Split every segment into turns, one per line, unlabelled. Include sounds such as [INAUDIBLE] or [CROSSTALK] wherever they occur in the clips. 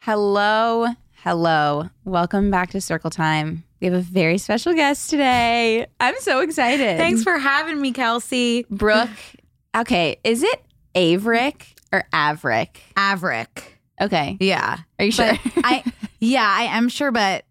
Hello, hello. Welcome back to Circle Time. We have a very special guest today. I'm so excited.
Thanks for having me, Kelsey.
Brooke. Okay, is it Averick or Averick?
Averick.
Okay.
Yeah.
Are you sure?
But
[LAUGHS]
I yeah, I am sure, but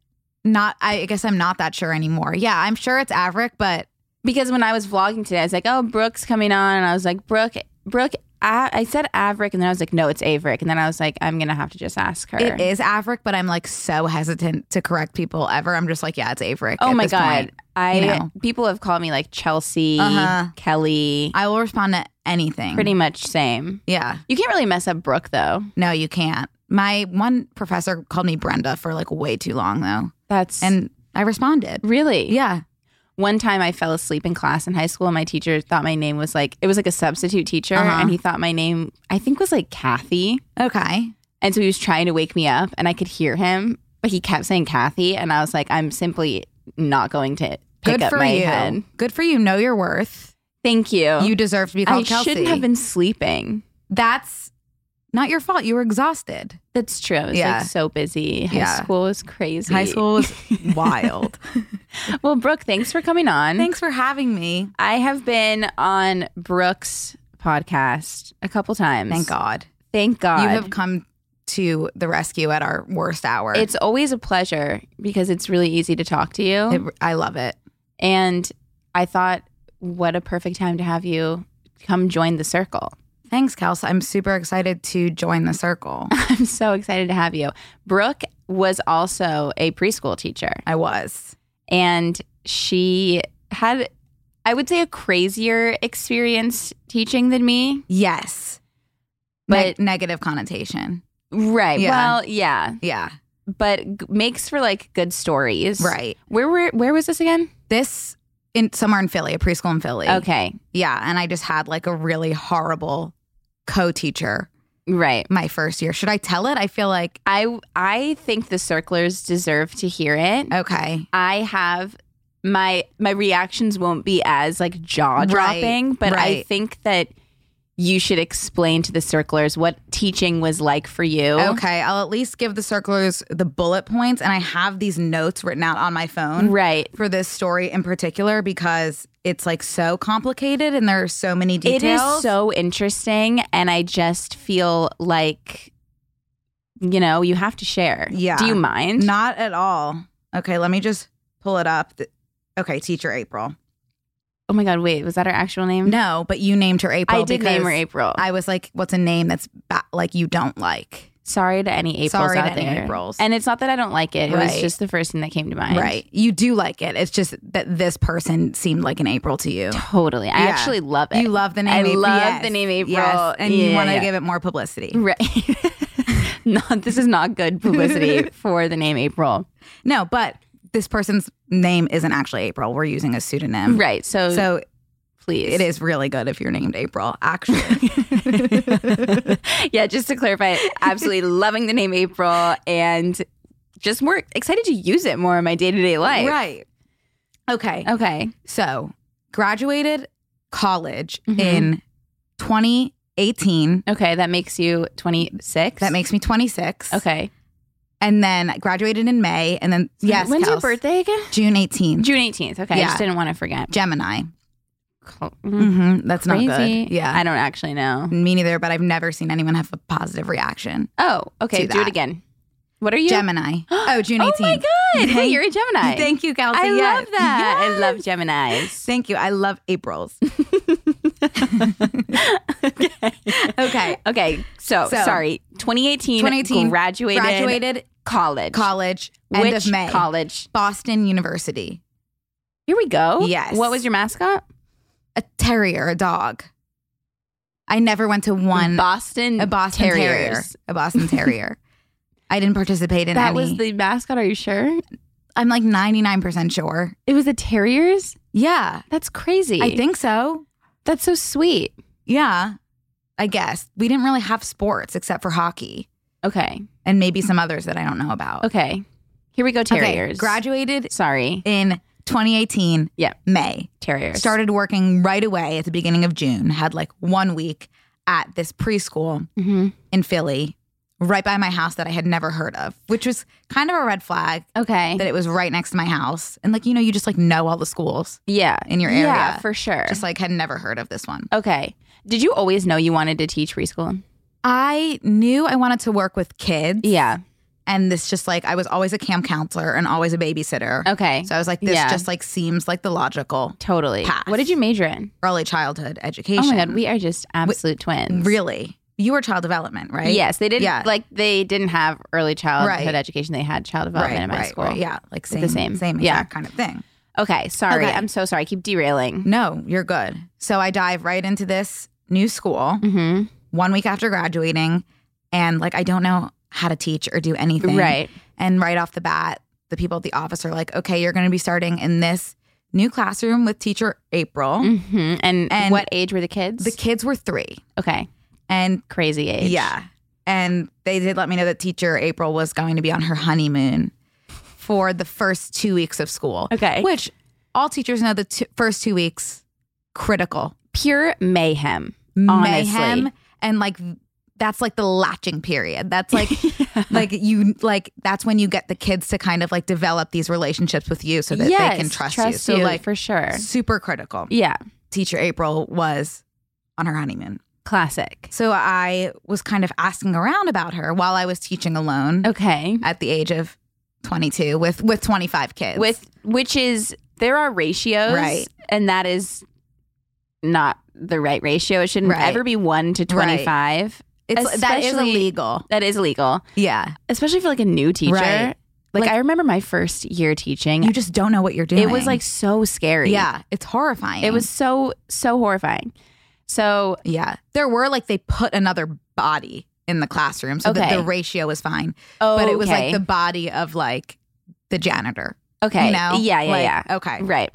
not I guess I'm not that sure anymore. Yeah, I'm sure it's Averick, but
because when I was vlogging today, I was like, "Oh, Brooke's coming on," and I was like, "Brooke, Brooke." I, I said Averick, and then I was like, "No, it's Averick," and then I was like, "I'm gonna have to just ask her."
it is Averick, but I'm like so hesitant to correct people ever. I'm just like, yeah, it's Averick.
Oh
at
my
this
god!
point.
I
you know.
people have called me like Chelsea,
Uh-huh.
Kelly.
I will respond to anything.
pretty much same.
Yeah.
You can't really mess up Brooke though.
No, you can't. My one professor called me Brenda for like way too long though.
That's
And I responded.
really
Yeah.
one time I fell asleep in class in high school and my teacher thought my name was like it was like a substitute teacher
Uh-huh.
and he thought my name I think was like Kathy.
Okay.
And so he was trying to wake me up and I could hear him, but he kept saying Kathy and I was like, I'm simply not going to pick
Good
up
for
my
you.
head.
Good for you. Know your worth.
Thank you.
You deserve to be
I
called Kelsey.
shouldn't have been sleeping.
That's not your fault. You were exhausted.
That's true. I was
Yeah.
like so busy. High
Yeah.
school was crazy.
High school [LAUGHS] was wild.
Well, Brooke, thanks for coming on.
Thanks for having me.
I have been on Brooke's podcast a couple times.
Thank God.
Thank God.
You have come to the rescue at our worst hour.
It's always a pleasure because it's really easy to talk to you.
It- I love it.
and I thought, what a perfect time to have you come join the circle. [LAUGHS]
Thanks, Kelsey. I'm super excited to join the
[LAUGHS]
circle.
I'm so excited to have you. Brooke was also a preschool teacher,
I was.
and she had, I would say, a crazier experience teaching than me.
Yes.
But-
Ne- negative connotation.
Right.
Yeah.
Well, yeah,
Yeah.
but g- makes for like good stories.
Right.
Where were where was this again?
This in somewhere in Philly, a preschool in Philly.
Okay.
Yeah. And I just had like a really horrible co-teacher
Right.
my first year. Should I tell it? I feel like
I I think the circlers deserve to hear it.
okay.
I have my my reactions won't be as like jaw dropping, but I
right.
think that you should explain to the circlers what teaching was like for you.
Okay, I'll at least give the circlers the bullet points, and I have these notes written out on my phone
Right.
for this story in particular because it's like so complicated and there are so many details.
It is so interesting and I just feel like you know, you have to share.
Yeah.
Do you mind?
not at all. Okay, let me just pull it up. Th- Okay, teacher April.
oh my god, wait, was that her actual name?
No, but you named her April.
I did
because
name her April.
I was like, what's a name that's ba- like you don't like?
Sorry to any Aprils
Sorry to
out
any
there.
Aprils.
And it's not that I don't like it. It was
Right.
just the first thing that came to mind.
Right. You do like it. It's just that this person seemed like an April to you.
Totally. I
Yeah.
actually love it.
You love the name
I
April.
love
Yes.
the name April.
Yes. And you
Yeah,
want to
yeah.
give it more publicity.
[LAUGHS] Right. [LAUGHS] no, this is not good
[LAUGHS]
publicity for the name April.
No, but this person's name isn't actually April. We're using a pseudonym.
Right. So,
So
please.
it is really good if you're named April,
[LAUGHS]
actually.
yeah, just to clarify,
[LAUGHS]
absolutely loving the name April and just more excited to use it more in my day to day life.
right. Okay.
Okay.
So graduated college
Mhm.
in 2018.
Okay. That makes you 26.
That makes me 26.
Okay.
And then graduated in May. And then, yes.
When's your
Kels,
birthday again?
June 18th.
June 18th. Okay. I
Yeah.
just didn't want to forget.
Gemini.
col-
hmm That's not
Mm. crazy.
good. Yeah.
I don't actually know.
Me neither, but I've never seen anyone have a positive reaction.
Oh, okay.
Do
Do, it
that.
again. What are you? [GASPS]
Gemini. Oh, June Mm-hmm. 18th.
Oh my god! Hey,
[LAUGHS] Thank-
you're a Gemini.
Thank you, Kelsey.
I
Yes.
love that.
Yes.
I love Gemini's.
Thank you. I love
[LAUGHS]
April's. okay.
Okay, so,
So,
sorry, 2018,
2018,
graduated,
Graduated
college,
college
Which
end of May.
college?
Boston University.
Here we go.
Yes.
What was your mascot?
A terrier, a dog. I never went to one
Boston.
a Boston terrier.
Terriers.
A Boston terrier.
[LAUGHS]
I didn't participate in
That
any.
was the mascot. Are you sure?
I'm like 99% sure.
It was the Terriers.
Yeah.
That's crazy.
I think so.
that's so sweet.
Yeah. I guess. We didn't really have sports except for hockey
Okay.
and maybe some others that I don't know about.
Okay. Here we go.
Okay,
Terriers.
Graduated
Sorry.
in 2018.
Yeah.
May.
Terriers.
Started working right away at the beginning of June. Had like one week at this preschool
Mhm.
in Philly, right by my house that I had never heard of, which was kind of a red flag
Okay.
that it was right next to my house. And like, you know, you just like know all the schools.
yeah.
in your
Yeah,
area.
for sure.
Just like had never heard of this one.
okay. Did you always know you wanted to teach preschool?
I knew I wanted to work with kids.
Yeah.
And this just like I was always a camp counselor and always a babysitter.
Okay.
So I was like, this
Yeah.
just like seems like the logical
totally.
Pass.
What did you major in?
early childhood education.
Oh my god, we are just absolute twins.
really you were child development, right?
Yes, they didn't
Yeah.
like they didn't have early childhood
Right.
education. They had child
Right,
development in my
right,
school.
right. Yeah, like
It's
same,
the
same,
same.
same
Yeah.
exact kind of thing.
Okay, sorry.
Okay.
I'm so sorry. I keep derailing.
No, you're good. So I dive right into this new school
hmm
one week after graduating, and like I don't know how to teach or do anything.
Right.
And right off the bat, the people at the office are like, okay, you're going to be starting in this new classroom with teacher April.
hmm And,
And
what age were the kids?
The kids were three.
okay,
And
crazy age.
yeah. And they did let me know that teacher April was going to be on her honeymoon for the first two weeks of school.
Okay.
Which all teachers know the t- first two weeks, critical.
Pure mayhem.
Mayhem.
Honestly.
And like, that's like the latching period. [LAUGHS]
[LAUGHS]
That's like, like you like that's when you get the kids to kind of like develop these relationships with you so that
yes,
they can trust, you.
trust
So like
for sure.
super critical.
Yeah,
Teacher April was on her honeymoon.
classic.
So I was kind of asking around about her while I was teaching alone
Okay,
at the age of 22 with with 25 kids.
with which is there are ratios,
Right.
And that is not the right ratio. It shouldn't
Right.
ever be one to twenty five.
it's that is
especially-
illegal.
That is illegal,
Yeah.
especially for like a new teacher.
Right.
Like,
Like-
I remember my first year teaching.
You just don't know what you're doing.
it was like so scary.
Yeah, it's horrifying.
It was so so horrifying. So
yeah. There were like they put another body in the classroom so that
Okay.
the ratio was fine.
oh,
but it was like the body of like the janitor.
okay,
You know?
yeah, yeah,
Like,
yeah,
Okay.
right.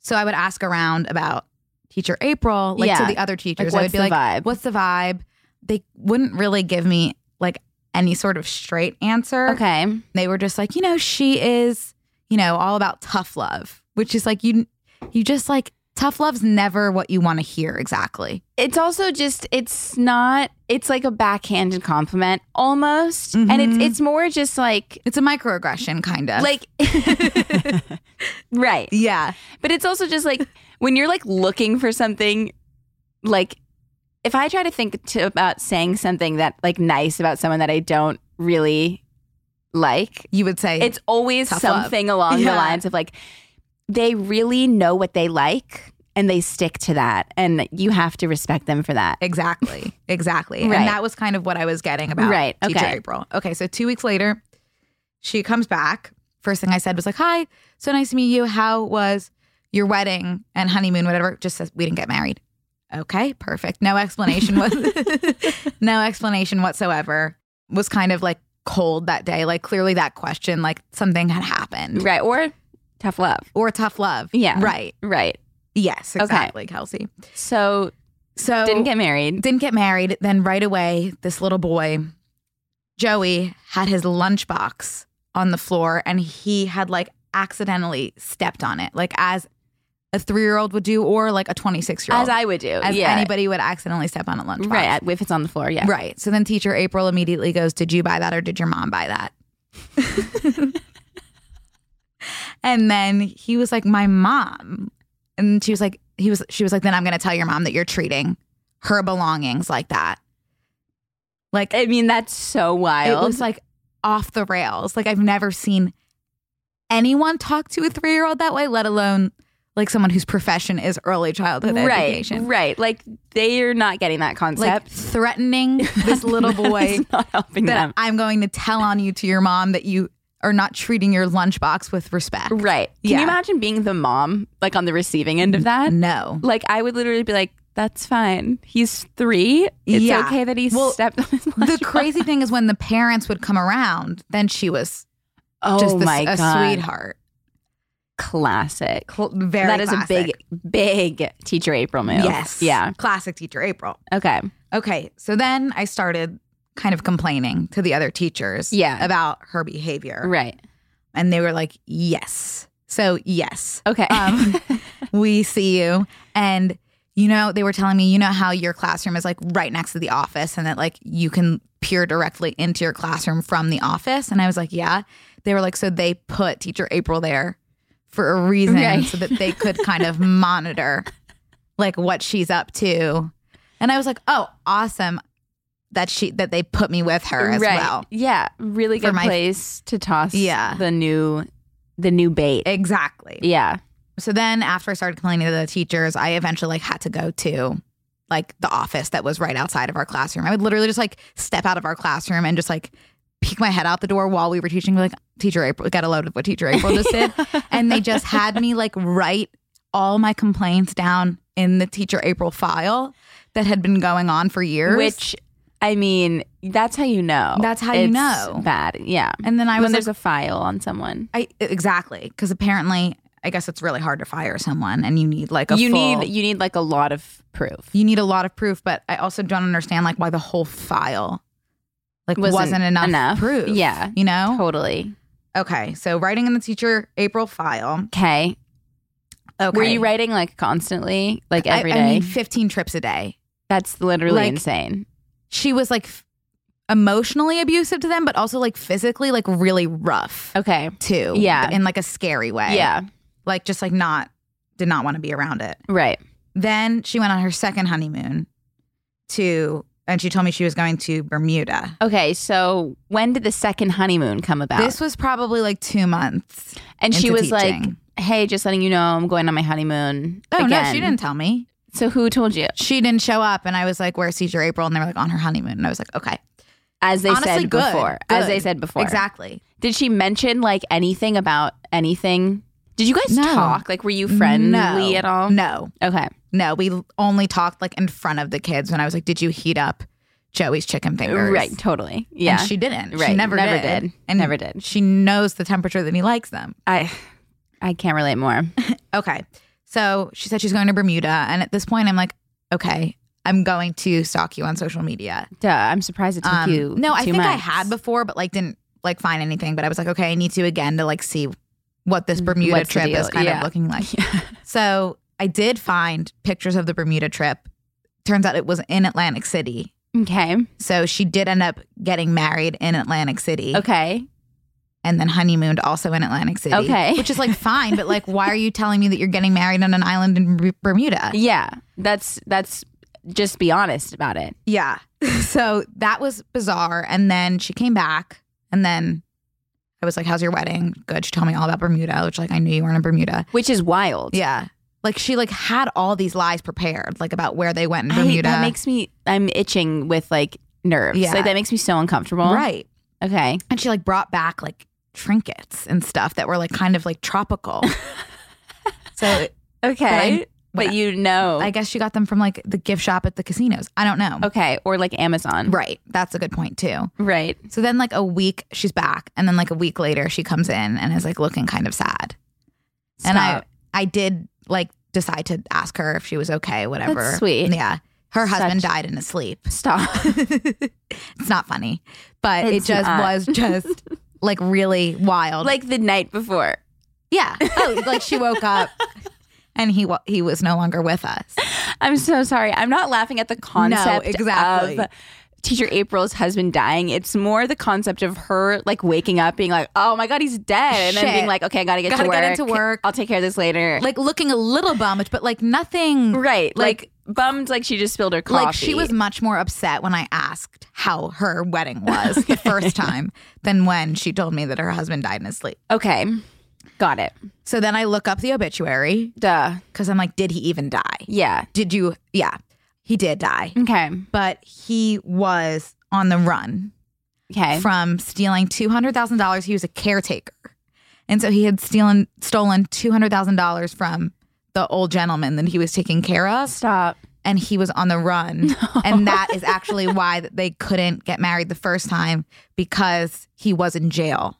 So I would ask around about teacher April, like
Yeah.
to the other teachers. I would
what's
be
the
like,
vibe?
what's the vibe? They wouldn't really give me like any sort of straight answer.
Okay,
They were just like, you know, she is, you know, all about tough love, which is like you you just like tough love's never what you want to hear exactly.
it's also just it's not. It's like a backhanded compliment almost, and it's
Mhm.
it's more just like
It's a microaggression kind of.
like [LAUGHS] right.
[LAUGHS] yeah.
But it's also just like when you're like looking for something, like if I try to think to, about saying something that like nice about someone that I don't really like,
You would say
it's always
Tough love.
something along
Yeah.
the lines of like they really know what they like and they stick to that, and you have to respect them for that.
Exactly. Exactly.
Right.
And that was kind of what I was getting about
Right,
Teacher
okay.
April. Okay. So two weeks later, she comes back. First thing I said was like, Hi, so nice to meet you. How was your wedding and honeymoon, whatever? Just says we didn't get married. Okay, perfect. No
[LAUGHS]
explanation was [LAUGHS] no explanation whatsoever. Was kind of like cold that day. Like clearly that question, like something had happened.
Right. Or tough love.
Or tough love.
Yeah.
Right.
Right.
Yes,
Okay.
exactly, Kelsey.
So
So
didn't get married.
didn't get married. Then right away, this little boy, Joey, had his lunchbox on the floor and he had like accidentally stepped on it, like as a three year old would do, or like a 26 year old.
As I would do.
as
yeah.
anybody would accidentally step on a lunchbox.
Right. If it's on the floor. Yeah.
Right. So then teacher April immediately goes, Did you buy that or did your mom buy that? [LAUGHS] and then he was like, My mom. And she was like, he was she was like, then I'm gonna tell your mom that you're treating her belongings like that. Like
I mean, that's so wild.
it was like off the rails. Like I've never seen anyone talk to a three year old that way, let alone like someone whose profession is early childhood
right,
education.
right. Like they are not getting that
Like
concept.
threatening
[LAUGHS]
this little boy
it's not helping
that
them.
I'm going to tell on you to your mom that you are not treating your lunchbox with respect.
Right. Can
Yeah.
you imagine being the mom, like on the receiving end of that?
No.
Like I would literally be like, "That's fine. He's three. It's
Yeah.
okay that he
Well,
stepped on his."
The
lunchbox."
crazy thing is when the parents would come around, then she was
Oh
just the,
my
a
god!
sweetheart.
Classic.
Cl- very
That is
classic.
a big, big teacher April move.
Yes.
Yeah.
Classic teacher April.
Okay.
Okay. So then I started kind of complaining to the other teachers
Yeah.
about her behavior.
Right.
And they were like, yes. So, yes,
Okay.
[LAUGHS] Um, we see you. And, you know, they were telling me, you know, how your classroom is like right next to the office and that like you can peer directly into your classroom from the office. And I was like, yeah. They were like, so they put teacher April there for a reason
Right.
so that they could kind of monitor like what she's up to. And I was like, oh, awesome that she that they put me with her as
right.
well.
Yeah. Really
For
good
my-
place to toss.
Yeah.
The new, the new bait.
Exactly.
yeah.
so then after I started complaining to the teachers, I eventually like had to go to like the office that was right outside of our classroom. I would literally just like step out of our classroom and just like peek my head out the door while we were teaching. Like teacher April got a load of what teacher April
[LAUGHS]
just did, and they just had me like write all my complaints down in the teacher April file that had been going on for years.
Which, I mean, that's how you know.
That's how you
It's
know.
Bad. Yeah.
and then I
when
was like,
there's a file on someone.
I exactly because apparently I guess it's really hard to fire someone, and you need like a
you
full-
need you need like a lot of proof.
you need a lot of proof, but I also don't understand like why the whole file like wasn't,
Wasn't
enough,
enough.
proof.
Yeah.
You know?
Totally.
Okay. So writing in the teacher April file.
Okay.
Okay.
Were you writing like constantly, like
I,
every day?
I mean 15 trips a day.
That's literally
like-
insane.
She was like f- emotionally abusive to them, but also like physically like really rough
Okay.
too.
Yeah.
In like a scary way.
Yeah.
Like just like not did not want to be around it.
Right.
Then she went on her second honeymoon to and she told me she was going to Bermuda.
Okay. So when did the second honeymoon come about?
This was probably like two months.
and she
into
was
teaching.
like, "Hey, just letting you know, I'm going on my honeymoon."
Oh no,
again."
she didn't tell me.
So who told you?
She didn't show up, and I was like, "Where's teacher April?" And they were like, "On her honeymoon." And I was like, "Okay,
As they
honestly,
said
good.
before. As
Good.
they said before.
exactly."
Did she mention like anything about anything? Did you guys
No.
talk? Like, were you friendly
No.
at all?
No,
Okay.
no, we only talked like in front of the kids. When I was like, "Did you heat up Joey's chicken fingers?"
Right. Totally. Yeah.
and she didn't. She
Right.
never,
Never
did.
did.
And
Never did.
She knows the temperature that he likes them.
I. I can't relate more.
Okay, so she said she's going to Bermuda, and at this point, I'm like, "Okay, I'm going to stalk you on social media."
Duh. I'm surprised it took
Um,
you.
no i
two
think i
months.
had before but like didn't like find anything but i was like okay i need to again to like see what this bermuda
Mm, What's the
trip is
deal?
kind
[LAUGHS] Yeah.
of looking like so i did find pictures of the bermuda trip turns out it was in atlantic city
Okay.
so she did end up getting married in atlantic city
Okay.
and then honeymooned also in atlantic city
Okay.
which is like fine but like why are you telling me that you're getting married on an island in Ber- bermuda
Yeah, that's that's just be honest about it.
Yeah. [LAUGHS] So that was bizarre. And then she came back and then I was like, How's your wedding? Good. She told me all about Bermuda, which like I knew you weren't in Bermuda.
Which is wild.
Yeah. Like she like had all these lies prepared, like about where they went in
I-
Bermuda.
that makes me I'm itching with like nerves.
Yeah.
Like that makes me so uncomfortable.
right.
Okay.
And she like brought back like trinkets and stuff that were like kind of
[LAUGHS]
like tropical. so it-
Okay. But,
but
you know.
I guess she got them from like the gift shop at the casinos. I don't know.
okay, or like Amazon.
Right. That's a good point too.
Right.
So then, like a week, she's back, and then like a week later, she comes in and is like looking kind of sad. And I,
Stop.
I did like decide to ask her if she was okay, whatever.
That's sweet.
Yeah, her husband
Such-
died in his sleep.
Stop.
[LAUGHS] it's not funny, but
It's
it just
not.
was
[LAUGHS]
just like really wild.
like the night before.
yeah, [LAUGHS] oh, like she woke up and he wa- he was no longer with us.
I'm so sorry. I'm not laughing at the concept
exactly.
of teacher April's husband dying. It's more the concept of her like waking up being like, "Oh my god, he's dead," and then
Shit.
being like, "Okay, I gotta get
Gotta
to work.
get into work.
I'll take care of this later."
like looking a little bummed, but like nothing.
right,
like-
like, bummed, like she just spilled her coffee.
Like she was much more upset when I asked how her wedding was the first
[LAUGHS]
time than when she told me that her husband died in his sleep.
okay, got it.
So then I look up the obituary
Duh.
because I'm like, did he even die?
Yeah. Mm.
Did you? Yeah, he did die,
Okay.
but he was on the run
Okay.
from stealing two hundred thousand dollars. He was a caretaker, and so he had stolen stolen two hundred thousand dollars from the old gentleman that he was taking care of.
Stop.
and he was on
[LAUGHS]
the run. And that is actually why that they couldn't get married the first time because he was in jail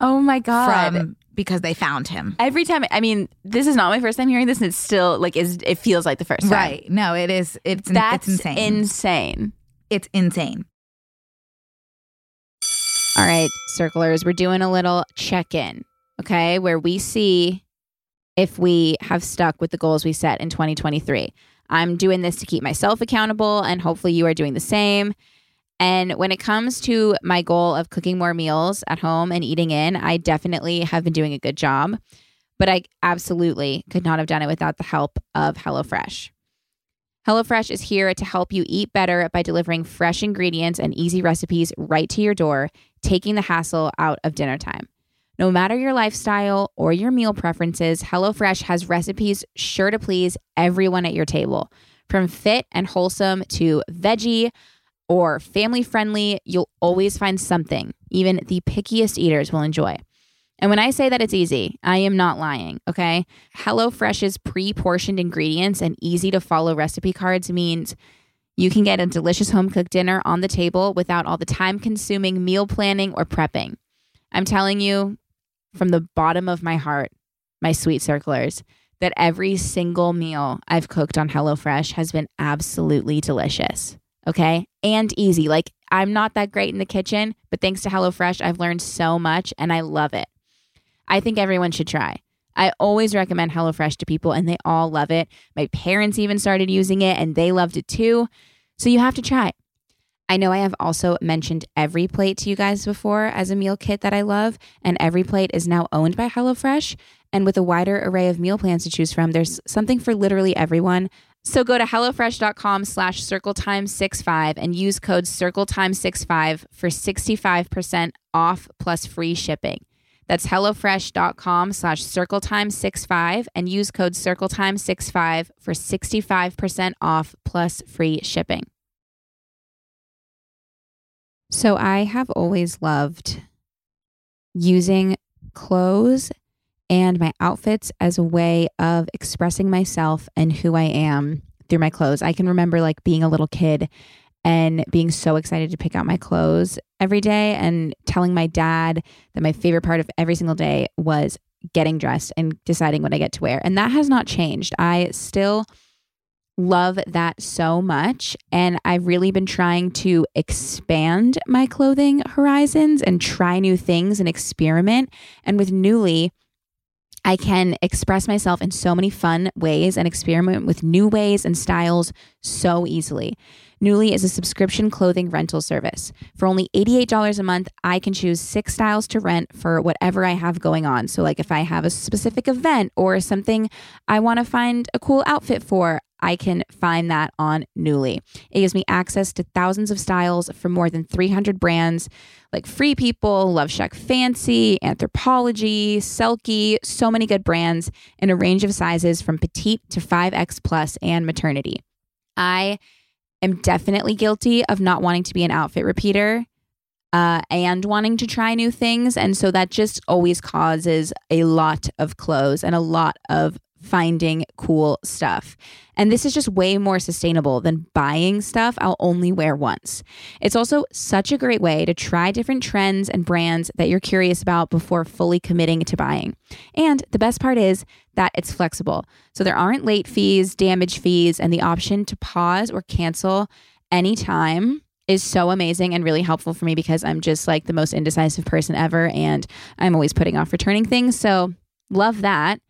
Oh my god.
from because they found him.
Every time, I mean, this is not my first time hearing this, and it's still like is it feels like the first time.
Right. No, it is it's in-
That's
it's insane.
insane.
it's insane.
All right, circlers, we're doing a little check in, okay, where we see if we have stuck with the goals we set in 2023. I'm doing this to keep myself accountable, and hopefully, you are doing the same. And when it comes to my goal of cooking more meals at home and eating in, I definitely have been doing a good job, but I absolutely could not have done it without the help of HelloFresh. HelloFresh is here to help you eat better by delivering fresh ingredients and easy recipes right to your door, taking the hassle out of dinner time. No matter your lifestyle or your meal preferences, HelloFresh has recipes sure to please everyone at your table. From fit and wholesome to veggie or family friendly, you'll always find something even the pickiest eaters will enjoy. And when I say that it's easy, I am not lying, okay? HelloFresh's pre portioned ingredients and easy to follow recipe cards means you can get a delicious home cooked dinner on the table without all the time consuming meal planning or prepping. I'm telling you from the bottom of my heart, my sweet circlers, that every single meal I've cooked on HelloFresh has been absolutely delicious, okay? And easy. Like, I'm not that great in the kitchen, but thanks to HelloFresh, I've learned so much and I love it. I think everyone should try. I always recommend HelloFresh to people and they all love it. My parents even started using it and they loved it too. So you have to try. I know I have also mentioned Every Plate to you guys before as a meal kit that I love, and Every Plate is now owned by HelloFresh. And with a wider array of meal plans to choose from, there's something for literally everyone. So go to HelloFresh.com slash CircleTime65 and use code CircleTime65 for 65% off plus free shipping. That's HelloFresh.com slash CircleTime65 and use code CircleTime65 for 65% off plus free shipping. So I have always loved using clothes and my outfits as a way of expressing myself and who I am through my clothes. I can remember like being a little kid and being so excited to pick out my clothes every day and telling my dad that my favorite part of every single day was getting dressed and deciding what I get to wear. And that has not changed. I still love that so much. And I've really been trying to expand my clothing horizons and try new things and experiment. And with Newly, I can express myself in so many fun ways and experiment with new ways and styles so easily. Newly is a subscription clothing rental service. For only $88 a month, I can choose six styles to rent for whatever I have going on. So, like if I have a specific event or something I want to find a cool outfit for, I can find that on Newly. It gives me access to thousands of styles from more than 300 brands like Free People, Love Shack Fancy, Anthropology, Selkie, so many good brands in a range of sizes from petite to 5X plus and maternity. I am definitely guilty of not wanting to be an outfit repeater uh, and wanting to try new things. And so that just always causes a lot of clothes and a lot of finding cool stuff. And this is just way more sustainable than buying stuff I'll only wear once. It's also such a great way to try different trends and brands that you're curious about before fully committing to buying. And the best part is that it's flexible. So there aren't late fees, damage fees, and the option to pause or cancel anytime is so amazing and really helpful for me because I'm just like the most indecisive person ever and I'm always putting off returning things. So love that.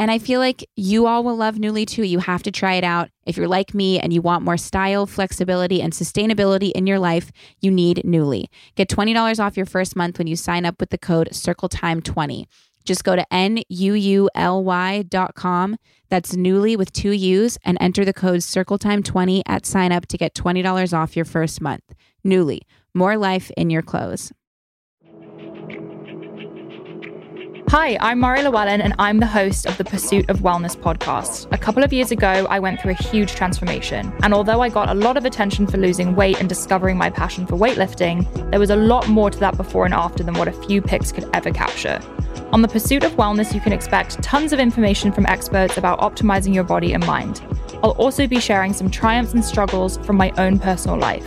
And I feel like you all will love Newly too. You have to try it out. If you're like me and you want more style, flexibility, and sustainability in your life, you need Newly. Get $20 off your first month when you sign up with the code CircleTime20. Just go to nuuly.com. That's Newly with two U's and enter the code CircleTime20 at sign up to get $20 off your first month. Newly, more life in your clothes.
Hi, I'm Mari Llewellyn, and I'm the host of the Pursuit of Wellness podcast. A couple of years ago, I went through a huge transformation. And although I got a lot of attention for losing weight and discovering my passion for weightlifting, there was a lot more to that before and after than what a few pics could ever capture. On the Pursuit of Wellness, you can expect tons of information from experts about optimizing your body and mind. I'll also be sharing some triumphs and struggles from my own personal life.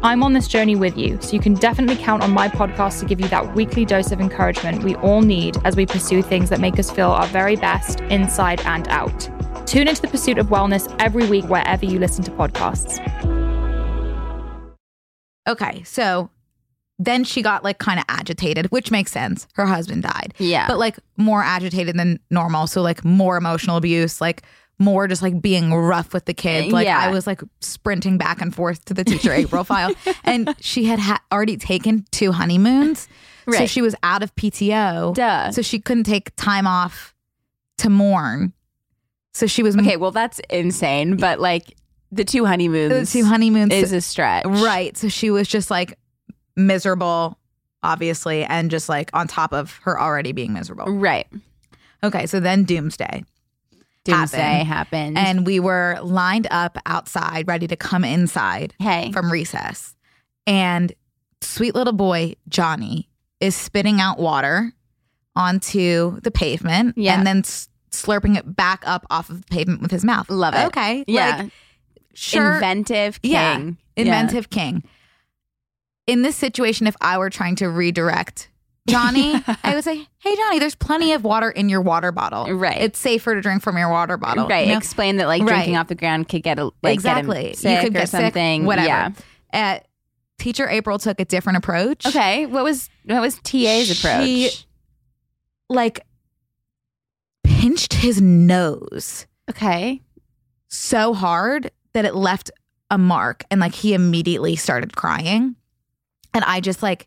I'm on this journey with you, so you can definitely count on my podcast to give you that weekly dose of encouragement we all need as we pursue things that make us feel our very best inside and out. Tune into the pursuit of wellness every week wherever you listen to podcasts.
Okay, so then she got like kind of agitated, which makes sense. Her husband died.
Yeah.
But like more agitated than normal. So like more emotional abuse, like more just like being rough with the kids. Like
Yeah.
I was like sprinting back and forth to the teacher
[LAUGHS]
April file. And she had ha- already taken two honeymoons. So
Right.
she was out of PTO.
Duh.
So she couldn't take time off to mourn. So she was
Okay, well, that's insane. But like the two
the
honeymoons
two honeymoons.
is a stretch.
Right. So she was just like miserable, obviously, and just like on top of her already being miserable.
Right.
Okay. So then doomsday.
Doomsday
happened.
happened.
And we were lined up outside, ready to come inside
hey,
from recess. And sweet little boy, Johnny, is spitting out water onto the pavement
Yeah.
and then s- slurping it back up off of the pavement with his mouth.
Love it.
Okay.
yeah,
Like, sure.
inventive king.
Yeah.
Yeah.
inventive king. In this situation, if I were trying to redirect
[LAUGHS]
Johnny, I would say, "Hey, Johnny, there's plenty of water in your water bottle.
Right.
It's safer to drink from your water bottle.
Right.
You know?
Explain that like drinking
Right.
off the ground could get a like
exactly.
Get him sick
you could
or
get
something.
sick, whatever.
Yeah.
Uh, Teacher April took a different approach.
Okay. What was what was TA's approach?
She- like pinched his nose
okay.
so hard that it left a mark, and like he immediately started crying, and I just like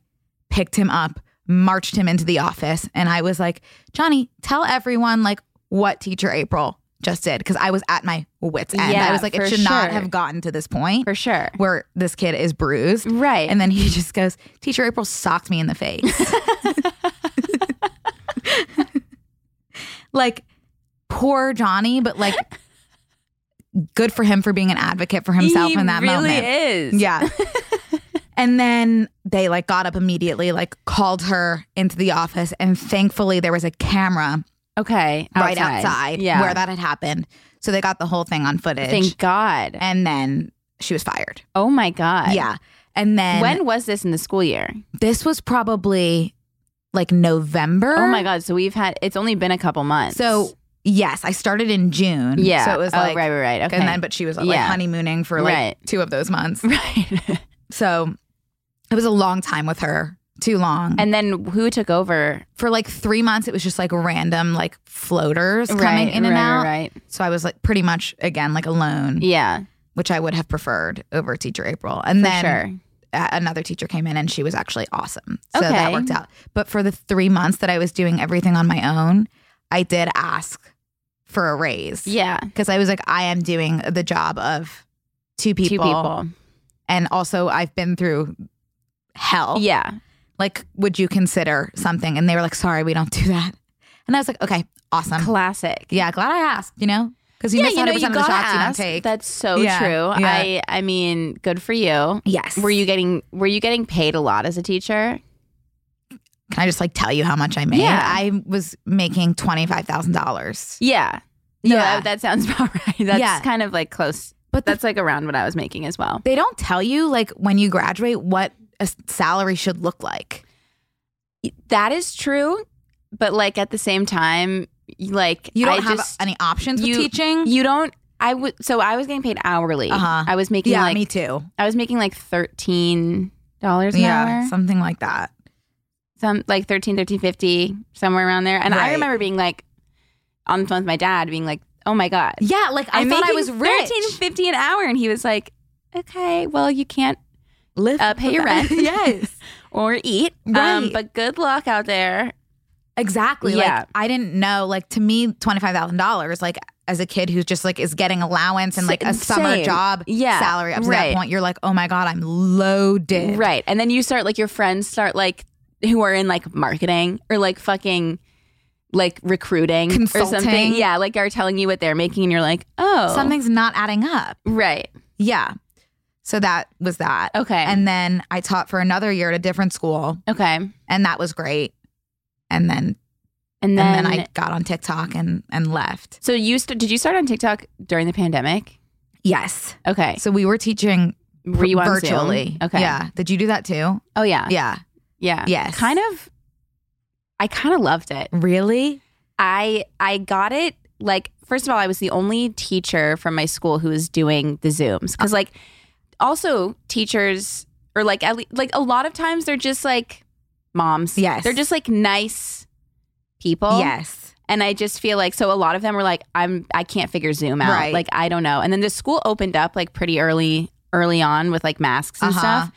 picked him up, marched him into the office, and I was like, Johnny, tell everyone like what teacher April just did because I was at my wits end.
Yeah,
I was like,
for
it should not
sure.
have gotten to this point
For sure.
where this kid is bruised.
Right.
And then he [LAUGHS] just goes, Teacher April socked me in the face. [LAUGHS] like, poor Johnny, but like, good for him for being an advocate for himself
he
in that
really
moment.
is. [LAUGHS]
Yeah. and then they like got up immediately, like called her into the office. And thankfully, there was a camera
Okay.
right outside
Yeah.
where that had happened. So they got the whole thing on footage.
Thank God.
and then she was fired.
oh my God.
yeah. And then
when was this in the school year?
this was probably like November.
Oh my God. So we've had it's only been a couple months.
So yes, I started in June.
yeah.
So it was
oh,
like
right, right, right. Okay.
and then but she was like
Yeah.
honeymooning for like
Right.
two of those [LAUGHS] months.
right.
So it was a long time with her. Too long.
and then who took over?
for like three months it was just like random like floaters coming
right,
in and
right,
out.
Right.
So I was like pretty much again like alone,
Yeah.
which I would have preferred over teacher April. And
For
then
sure.
a- another teacher came in and she was actually awesome. So that
Okay.
worked out. But for the three months that I was doing everything on my own, I did ask for a raise.
Yeah.
Because I was like, I am doing the job of two people.
Two people.
And also, I've been through hell.
Yeah.
Like, would you consider something? And they were like, sorry, we don't do that. And I was like, okay, awesome.
Classic.
yeah, glad I asked, you know? Because you miss 100% of the
gotta
shots you don't
ask.
take.
That's so
Yeah,
true.
yeah.
I I mean, good for you.
yes.
Were you getting were you getting paid a lot as a teacher?
Can I just like tell you how much I made?
Yeah.
I was making $25,000.
Yeah. No,
Yeah.
that, that sounds [LAUGHS] about right. That's
Yeah.
kind of like close. But
But the-
that's like around what I was making as well.
they don't tell you like when you graduate what a s- salary should look like.
That is true, but like at the same time, like
You don't
I
have
just,
any options with
you-
teaching.
you don't I would so I was getting paid hourly.
Uh-huh.
I was making
yeah,
like
me too.
I was making like thirteen dollars an
yeah,
hour.
something like that.
some like 13 13 50 somewhere around there and
Right.
i remember being like on the phone with my dad being like, oh my God.
Yeah, like I
I'm
thought I
making
was rich.
1350 an hour. And he was like, okay, well, you can't
Live
uh, pay your
[LAUGHS]
rent.
yes.
or eat. um,
Right.
but good luck out there.
Exactly.
Yeah.
Like I didn't know. Like to me, twenty five thousand dollars, like as a kid who's just like is getting allowance and like a
Sa-
summer
same.
job
Yeah,
salary up to
right.
that point, you're like, oh my god, I'm loaded.
Right. And then you start like your friends start like who are in like marketing or like fucking like recruiting or
Consulting.
something. Yeah, like are telling you what they're making and you're like, "Oh."
Something's not adding up.
right.
Yeah. So that was that.
Okay.
And then I taught for another year at a different school,
okay.
and that was great. And then
And then,
and then I got on TikTok and and left.
So you st- did you start on TikTok during the pandemic?
Yes.
Okay.
So we were teaching
Were you on Zoom?
virtually.
Okay.
Yeah. Did you do that too?
Oh yeah.
Yeah.
Yeah.
Yes.
Kind of I kind of loved it.
Really?
I I got it like first of all I was the only teacher from my school who was doing the zooms cuz like also teachers or like at le- like a lot of times they're just like moms.
Yes.
They're just like nice people.
Yes.
And I just feel like so a lot of them were like I'm I can't figure Zoom out.
Right.
Like I don't know. And then the school opened up like pretty early early on with like masks and
Uh-huh.
stuff.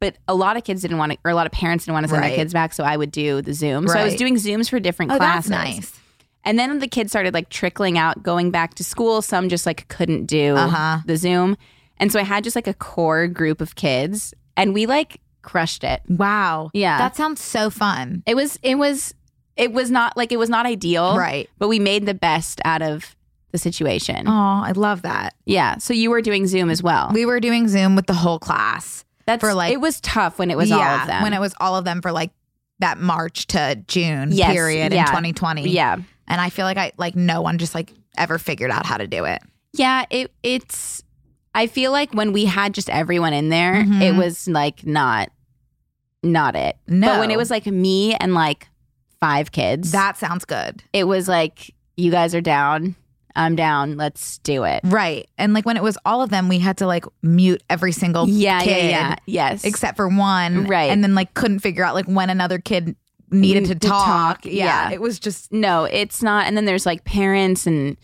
But a lot of kids didn't want to, or a lot of parents didn't want to send
Right.
their kids back. So I would do the Zoom. So I was
Right.
doing Zooms for different
Oh,
classes.
that's nice.
And then the kids started like trickling out, going back to school. Some just like couldn't do
Uh-huh.
the Zoom. And so I had just like a core group of kids and we like crushed it.
Wow.
Yeah.
That sounds so fun.
It was, it was, it was not like, it was not ideal.
Right.
But we made the best out of the situation.
Oh, I love that.
Yeah. So you were doing Zoom as well.
We were doing Zoom with the whole class.
That's
for, like-
it was tough when it was all
yeah,
of them.
When it was all of them for like that March to June
Yes,
period in
yeah.
2020.
yeah.
And I feel like I like no one just like ever figured out how to do it.
Yeah, it it's I feel like when we had just everyone in there,
Mhm.
it was like not not it.
No.
But when it was like me and like five kids,
That sounds good.
it was like you guys are down, I'm down, let's do it.
Right. And like when it was all of them, we had to like mute every single
yeah, yeah,
kid
yeah. Yes.
except for one.
Right.
And then like couldn't figure out like when another kid needed to
To
talk.
talk,
Yeah.
yeah.
It was just
no, it's not and then there's like parents and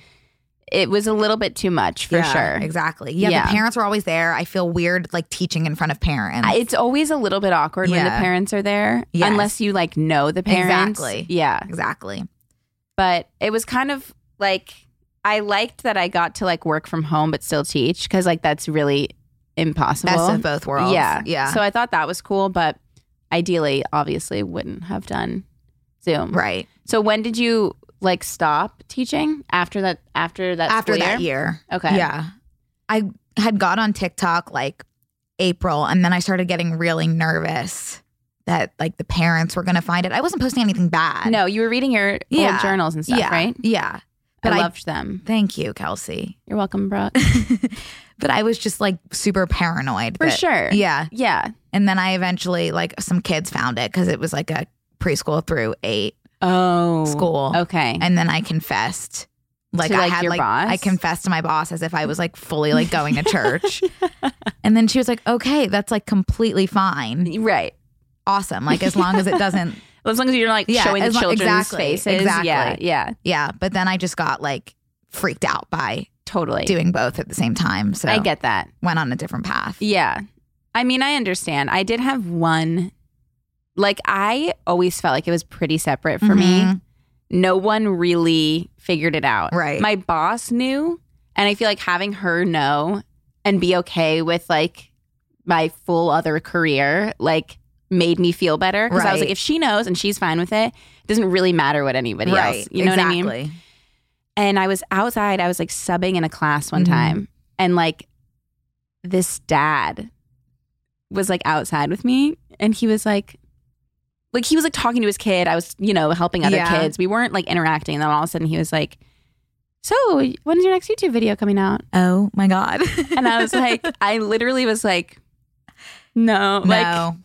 it was a little bit too much for
Yeah,
sure.
Exactly. Yeah,
Yeah.
The parents were always there. I feel weird like teaching in front of parents.
I- It's always a little bit awkward when the
Yeah.
parents are there,
Yes.
unless you like know the parents.
Exactly.
Yeah.
exactly.
but it was kind of like I liked that I got to like work from home but still teach because like that's really impossible.
Best of both worlds.
Yeah,
Yeah.
So I thought that was cool, but ideally, obviously, wouldn't have done Zoom.
right.
So when did you like stop teaching after that? After that?
After
school
that year.
Okay.
Yeah. I had got on TikTok like April and then I started getting really nervous that like the parents were going to find it. I wasn't posting anything bad.
No, you were reading your
Yeah.
old journals and stuff,
yeah.
right?
Yeah. But
I,
I,
loved them.
thank you, Kelsey. [LAUGHS]
You're welcome, Brooke.
but I was just like super paranoid.
For
that-
sure.
Yeah.
Yeah.
And then I eventually like some kids found it because it was like a preschool through eight
Oh.
school.
Okay.
And then I confessed. Like
To,
I
like,
had
your
like
boss?
I confessed to my boss as if I was like fully like going
[LAUGHS]
to church. and then she was like, Okay, that's like completely fine.
right.
Awesome. Like as long as it
[LAUGHS]
doesn't
As long as you're like
Yeah,
showing the
as long-
children's
exactly,
faces. Yeah.
exactly.
Yeah.
yeah. But then I just got like freaked out by
Totally.
doing both at the same time. So
I get that.
went on a different path.
Yeah. I mean, I understand. I did have one, like, I always felt like it was pretty separate for me.
Mhm.
No one really figured it out.
Right.
My boss knew. And I feel like having her know and be okay with like my full other career, like, made me feel better. Cause I was
Right.
like, if she knows and she's fine with it, it doesn't really matter what anybody
right.
else, you know
exactly.
what I mean? and I was outside. I was like subbing in a class one
Mhm.
time, and like this dad was like outside with me, and he was like, like he was like talking to his kid. I was you know helping other
Yeah.
kids. We weren't like interacting, and then all of a sudden he was like, "So when's your next YouTube video coming out?"
Oh my God. [LAUGHS]
And I was like, I literally was like, "No, [LAUGHS] like
no.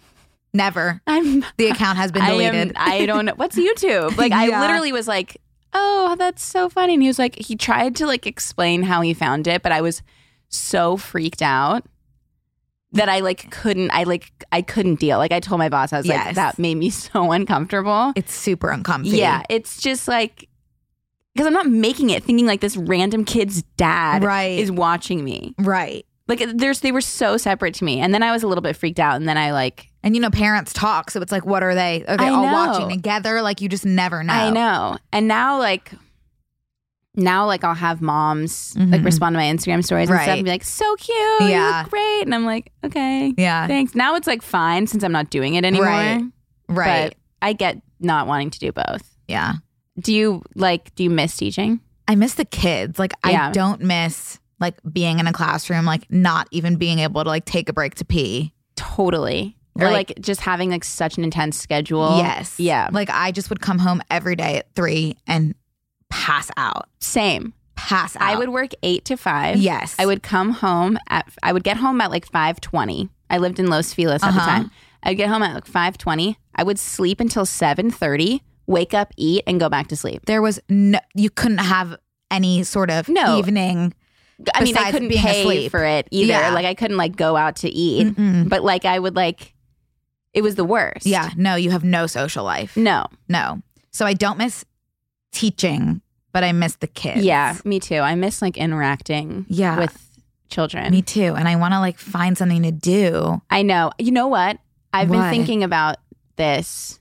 Never.
I'm."
The account has
[LAUGHS]
been
I am-
deleted.
I don't know. What's YouTube? Like, I
Yeah.
literally was like, oh, that's so funny. And he was like, he tried to like explain how he found it, but I was so freaked out that I like couldn't, I like, I couldn't deal. Like, I told my boss, I was [LAUGHS]
Yes.
like, that made me so uncomfortable.
it's super uncomfortable.
Yeah. It's just like, because I'm not making it thinking like this random kid's dad
Right.
is watching me.
Right.
Like there's they were so separate to me. And then I was a little bit freaked out and then I like
And you know, parents talk, so it's like, what are they? Are they
I
all
know.
watching together? Like you just never know.
I know. And now like now like I'll have moms like
Mhm.
respond to my Instagram stories and stuff
Right.
and be like, so cute. you
Yeah.
look great. And I'm like, okay.
Yeah.
Thanks. Now it's like fine since I'm not doing it anymore.
Right. Right.
But I get not wanting to do both.
yeah.
Do you like do you miss teaching?
I miss the kids. Like I
Yeah.
don't miss like being in a classroom, like not even being able to like take a break to pee.
Totally. Or
Like-
like, just having like such an intense schedule.
yes.
Yeah.
Like I just would come home every day at three and pass out.
Same.
Pass out.
I would work eight to five.
Yes.
I would come home at I would get home at like five twenty. I lived in Los Feliz at the
Uh-huh.
time. I would get home at like five twenty. I would sleep until seven thirty, wake up, eat, and go back to sleep.
There was no you couldn't have any sort of
No.
evening.
I mean,
Besides
I couldn't
being
pay
asleep.
for it either.
Yeah.
Like I couldn't like go out to eat.
Mm-mm.
But like I would like it was the worst.
Yeah. No, you have no social life.
No.
No. So I don't miss teaching, but I miss the kids.
Yeah, me too. I miss like interacting
Yeah.
with children.
Me too. And I want to like find something to do.
I know. You know what? I've
What?
been thinking about this.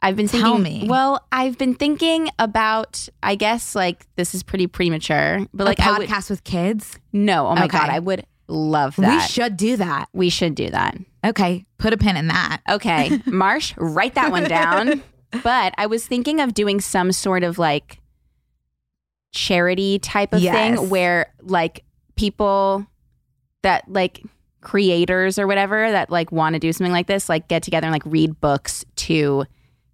I've been
Tell
thinking.
me.
Well, I've been thinking about. I guess like this is pretty premature, but like
a
I would
podcast with kids.
no. Oh my
Okay.
god, I would love that.
We should do that.
we should do that.
Okay, put a pin in that.
Okay, Marsh, write that one down. But I was thinking of doing some sort of like charity type of
Yes.
thing where like people that like creators or whatever that like want to do something like this like get together and like read books to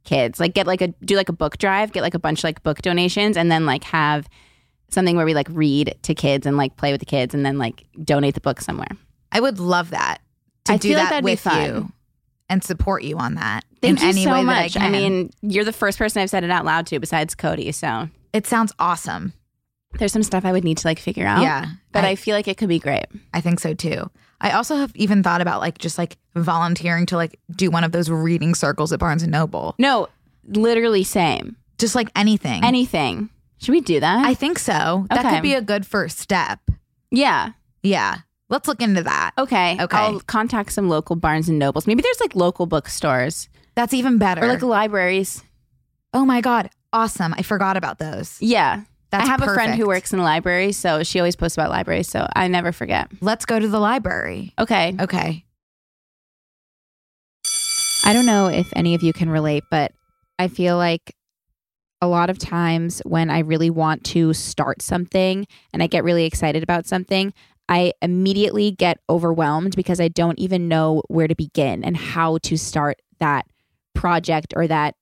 kids. Like get like a do like a book drive, get like a bunch of like book donations and then like have something where we like read to kids and like play with the kids and then like donate the book somewhere.
I would love that to
I
do
feel like
that
that'd be
with
fun.
you and support you on that
Thank
in
you
any
so
way
much.
that I can.
mean, you're the first person I've said it out loud to besides Cody. So
it sounds awesome.
there's some stuff I would need to like figure out.
Yeah,
But I,
I,
feel like it could be great.
I think so too. I also have even thought about like just like volunteering to like do one of those reading circles at Barnes and Noble,
No, literally same.
just like anything.
Anything. Should we do that?
Mm. I think so. That
Okay.
could be a good first step.
yeah.
Yeah, let's look into that.
Okay.
Okay.
I'll contact some local Barnes and Nobles. Maybe there's like local bookstores
That's even better.
or like libraries.
oh my god, awesome! I forgot about those.
Yeah.
That's
I have a friend who
perfect.
works in a library, so she always posts about libraries, so I never forget.
Let's go to the library.
Okay.
Okay.
I don't know if any of you can relate, but I feel like a lot of times when I really want to start something and I get really excited about something, I immediately get overwhelmed because I don't even know where to begin and how to start that project or that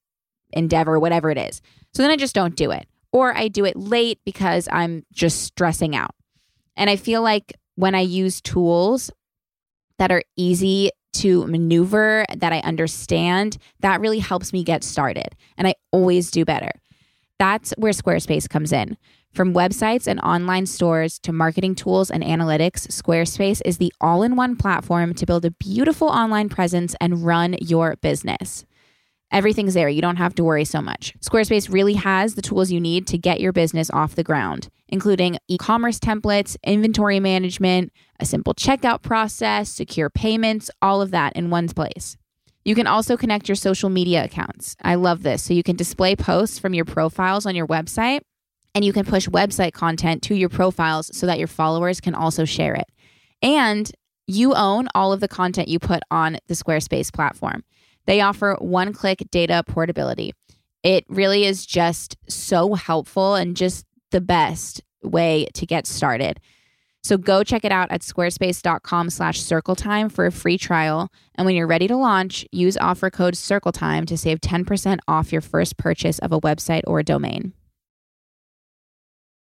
endeavor, whatever it is. So then I just don't do it. Or I do it late because I'm just stressing out. And I feel like when I use tools that are easy to maneuver, that I understand, that really helps me get started. And I always do better. That's where Squarespace comes in. From websites and online stores to marketing tools and analytics, Squarespace is the all in one platform to build a beautiful online presence and run your business. Everything's there. You don't have to worry so much. Squarespace really has the tools you need to get your business off the ground, including e commerce templates, inventory management, a simple checkout process, secure payments, all of that in one place. You can also connect your social media accounts. I love this. So you can display posts from your profiles on your website, and you can push website content to your profiles so that your followers can also share it. And you own all of the content you put on the Squarespace platform. They offer one click data portability. It really is just so helpful and just the best way to get started. So go check it out at squarespace.com slash circle time for a free trial. And when you're ready to launch, use offer code circle time to save 10% off your first purchase of a website or domain.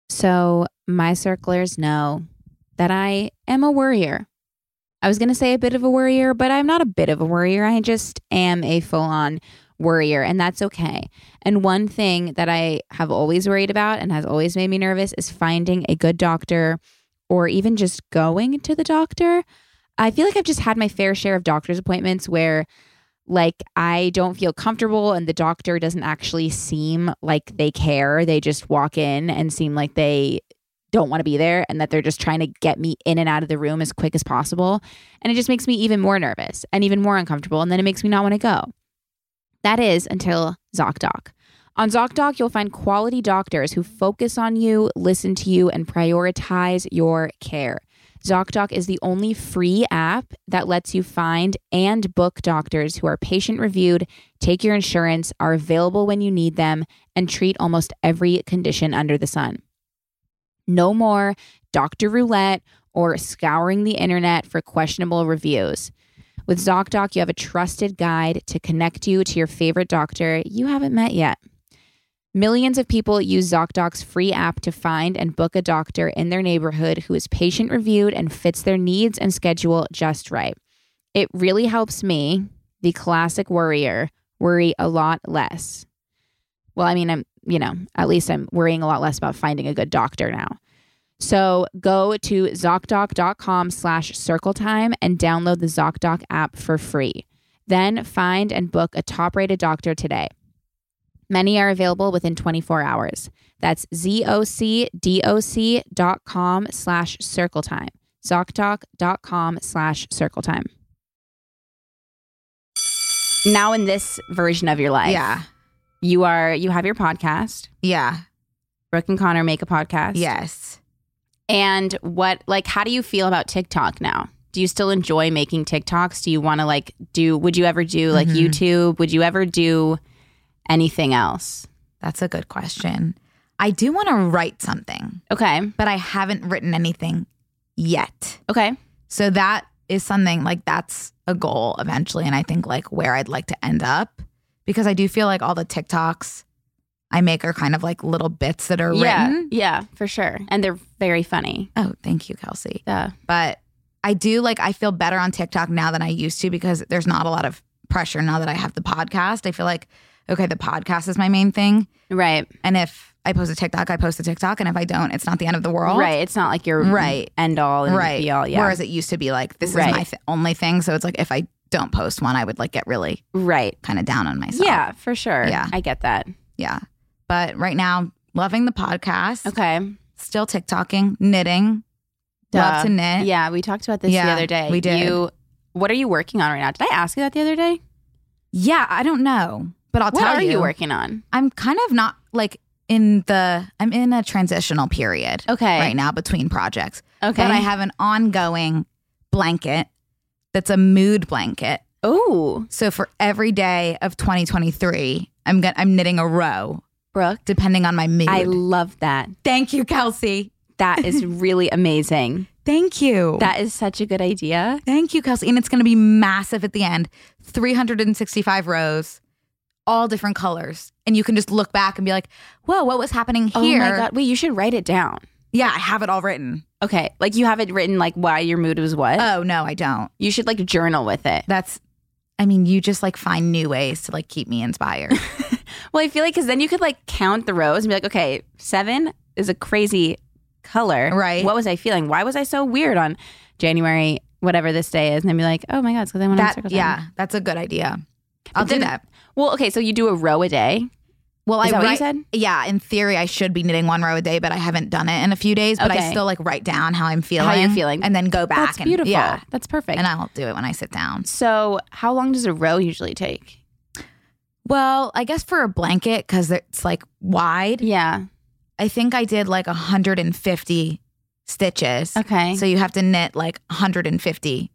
So my circlers know that I am a worrier. I was going to say a bit of a worrier, but I'm not a bit of a worrier. I just am a full on worrier, and that's okay. And one thing that I have always worried about and has always made me nervous is finding a good doctor or even just going to the doctor. I feel like I've just had my fair share of doctor's appointments where
like I don't feel comfortable and the doctor doesn't actually seem like they care. They just walk in and seem like they don't want to be there and that they're just trying to get me in and out of the room as quick as possible. And it just makes me even more nervous and even more uncomfortable and then it makes me not want to go. That is until ZocDoc. On ZocDoc, you'll find quality doctors who focus on you, listen to you, and prioritize your care. ZocDoc is the only free app that lets you find and book doctors who are patient reviewed, take your insurance, are available when you need them, and treat almost every condition under the sun. No more doctor roulette or scouring the internet for questionable reviews. With ZocDoc, you have a trusted guide to connect you to your favorite doctor you haven't met yet. Millions of people use ZocDoc's free app to find and book a doctor in their neighborhood who is patient reviewed and fits their needs and schedule just right. It really helps me, the classic worrier, worry a lot less. Well, I mean, I'm, you know, at least I'm worrying a lot less about finding a good doctor now. So go to ZocDoc.com slash circle time and download the ZocDoc app for free. Then find and book a top rated doctor today. Many are available within 24 hours. That's zocdoc.com slash circle time. Zocdoc.com slash circle time.
Now in this version of your life,
Yeah.
you are you have your podcast.
Yeah.
Brooke and Connor make a podcast.
Yes.
And what like how do you feel about TikTok now? Do you still enjoy making TikToks? Do you want to like do would you ever do like
Mhm.
YouTube? Would you ever do anything else?
That's a good question. I do want to write something,
Okay.
but I haven't written anything yet.
Okay.
So that is something like that's a goal eventually. And I think like where I'd like to end up because I do feel like all the TikToks I make are kind of like little bits that are
yeah.
written.
Yeah, for sure. And they're very funny.
Oh, thank you, Kelsey.
Yeah.
But I do like, I feel better on TikTok now than I used to because there's not a lot of pressure now that I have the podcast. I feel like, okay, the podcast is my main thing.
Right.
And if I post a TikTok, I post a TikTok. And if I don't, it's not the end of the world.
Right. It's not like your
Right.
end all and
right
be all. Yeah.
whereas it used to be like this
Right.
is my th- only thing so it's like if i don't post one i would like get really
right.
kind of down on myself
Yeah, for sure.
Yeah.
I get that.
yeah but right now loving the podcast
Okay.
still tiktoking knitting love
Duh.
to knit
Yeah, we talked about this the
Eh. Yeah,
other day.
we did.
You, what are you working on right now? Did I ask you that the other day?
yeah i don't know but i'll
what
tell
are
you
you working on?
i'm kind of not like in the i'm in a transitional period
Okay.
right now between projects
Okay.
but i have an ongoing blanket that's a mood blanket
Oh,
So for every day of 2023, I'm going I'm knitting a row
Brooke,
depending on my mood.
I love that.
Thank you, Kelsey.
That
[LAUGHS]
is really amazing.
Thank you.
That is such a good idea.
Thank you, Kelsey. And it's going to be massive at the end. 365 rows, all different colors. And you can just look back and be like, "Whoa, what was happening here?"
Oh my god! Wait, you should write it down.
Yeah, I have it all written.
Okay, like you have it written, like why your mood was what.
Oh, no, I don't.
you should like journal with it.
That's I mean, you just like find new ways to like keep me inspired.
[LAUGHS] Well, I feel like because then you could like count the rows and be like, okay, seven is a crazy color.
Right.
What was I feeling? Why was I so weird on January, whatever this day is? And then be like, oh my God, it's because I went on
that
circle time.
yeah, that's a good idea.
But
I'll do
then-
that.
Well, okay, so you do a row a day.
Well,
Is
I
that what you
write-
said?
Yeah, in theory, I should be knitting one row a day, but I haven't done it in a few days. But
Okay.
I still like write down how I'm feeling,
you're feeling.
and then go back.
That's beautiful.
And, yeah,
That's perfect.
and I'll do it when I sit down.
so, how long does a row usually take?
Well, I guess for a blanket because it's like wide.
Yeah.
I think I did like 150 stitches.
Okay.
So you have to knit like 150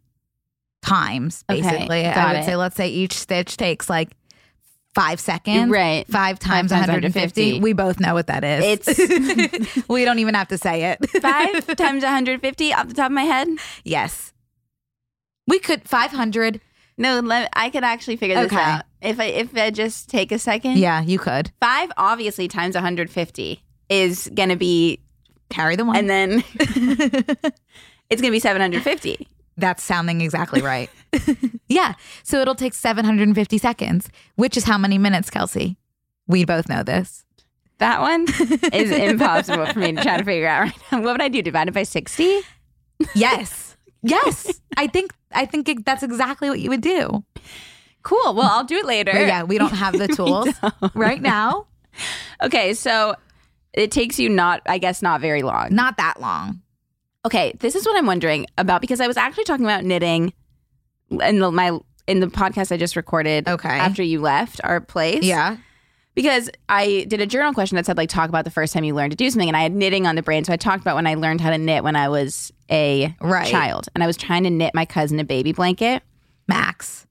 times
Okay,
basically.
got
I would
it.
say let's say each stitch takes like five seconds.
right.
Five times,
times
150.
150.
We both know what that is.
It's-
[LAUGHS] we don't even have to say it.
Five
[LAUGHS]
times 150 off the top of my head.
Yes. We could 500.
No, let, I could actually figure this
Okay.
out if I if I just take a second.
Yeah, you could.
Five obviously times 150 is gonna be,
Carry the one.
and then [LAUGHS] it's gonna be 750.
That's sounding [LAUGHS] exactly right. yeah. So it'll take 750 seconds, which is how many minutes, Kelsey? We both know this.
That one [LAUGHS] is impossible for me to try to figure out right now. What would I do? Divide it by 60?
Yes. yes. I think I think it- that's exactly what you would do.
Cool. Well, I'll do it later.
But yeah, we don't
[LAUGHS]
have the tools right now.
Okay, so it takes you not, I guess, not very long.
Not that long.
Okay, this is what I'm wondering about because I was actually talking about knitting in the, my in the podcast I just recorded.
Okay.
after you left our place,
Yeah.
because I did a journal question that said like talk about the first time you learned to do something, and I had knitting on the brain, so I talked about when I learned how to knit when I was a
Right.
child, and I was trying to knit my cousin a baby blanket.
Max.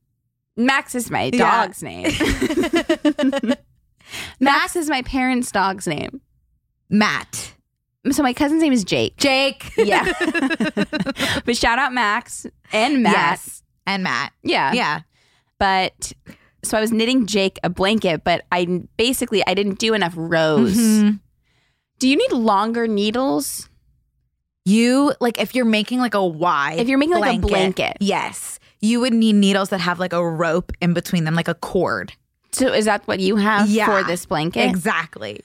Max is my
Yeah.
dog's
[LAUGHS]
name. [LAUGHS] Max is my parents' dog's name.
Matt.
So my cousin's name is Jake.
[LAUGHS] Jake.
Yeah. [LAUGHS] but shout out Max and Matt.
Yes. And Matt.
Yeah.
Yeah.
But so I was knitting Jake a blanket, but I basically I didn't do enough rows.
Mhm.
Do you need longer needles?
You like if you're making like a Y.
If you're making, like, a blanket.
Yes. You would need needles that have like a rope in between them, like a cord.
So is that what you have
Yeah.
for this blanket?
Exactly.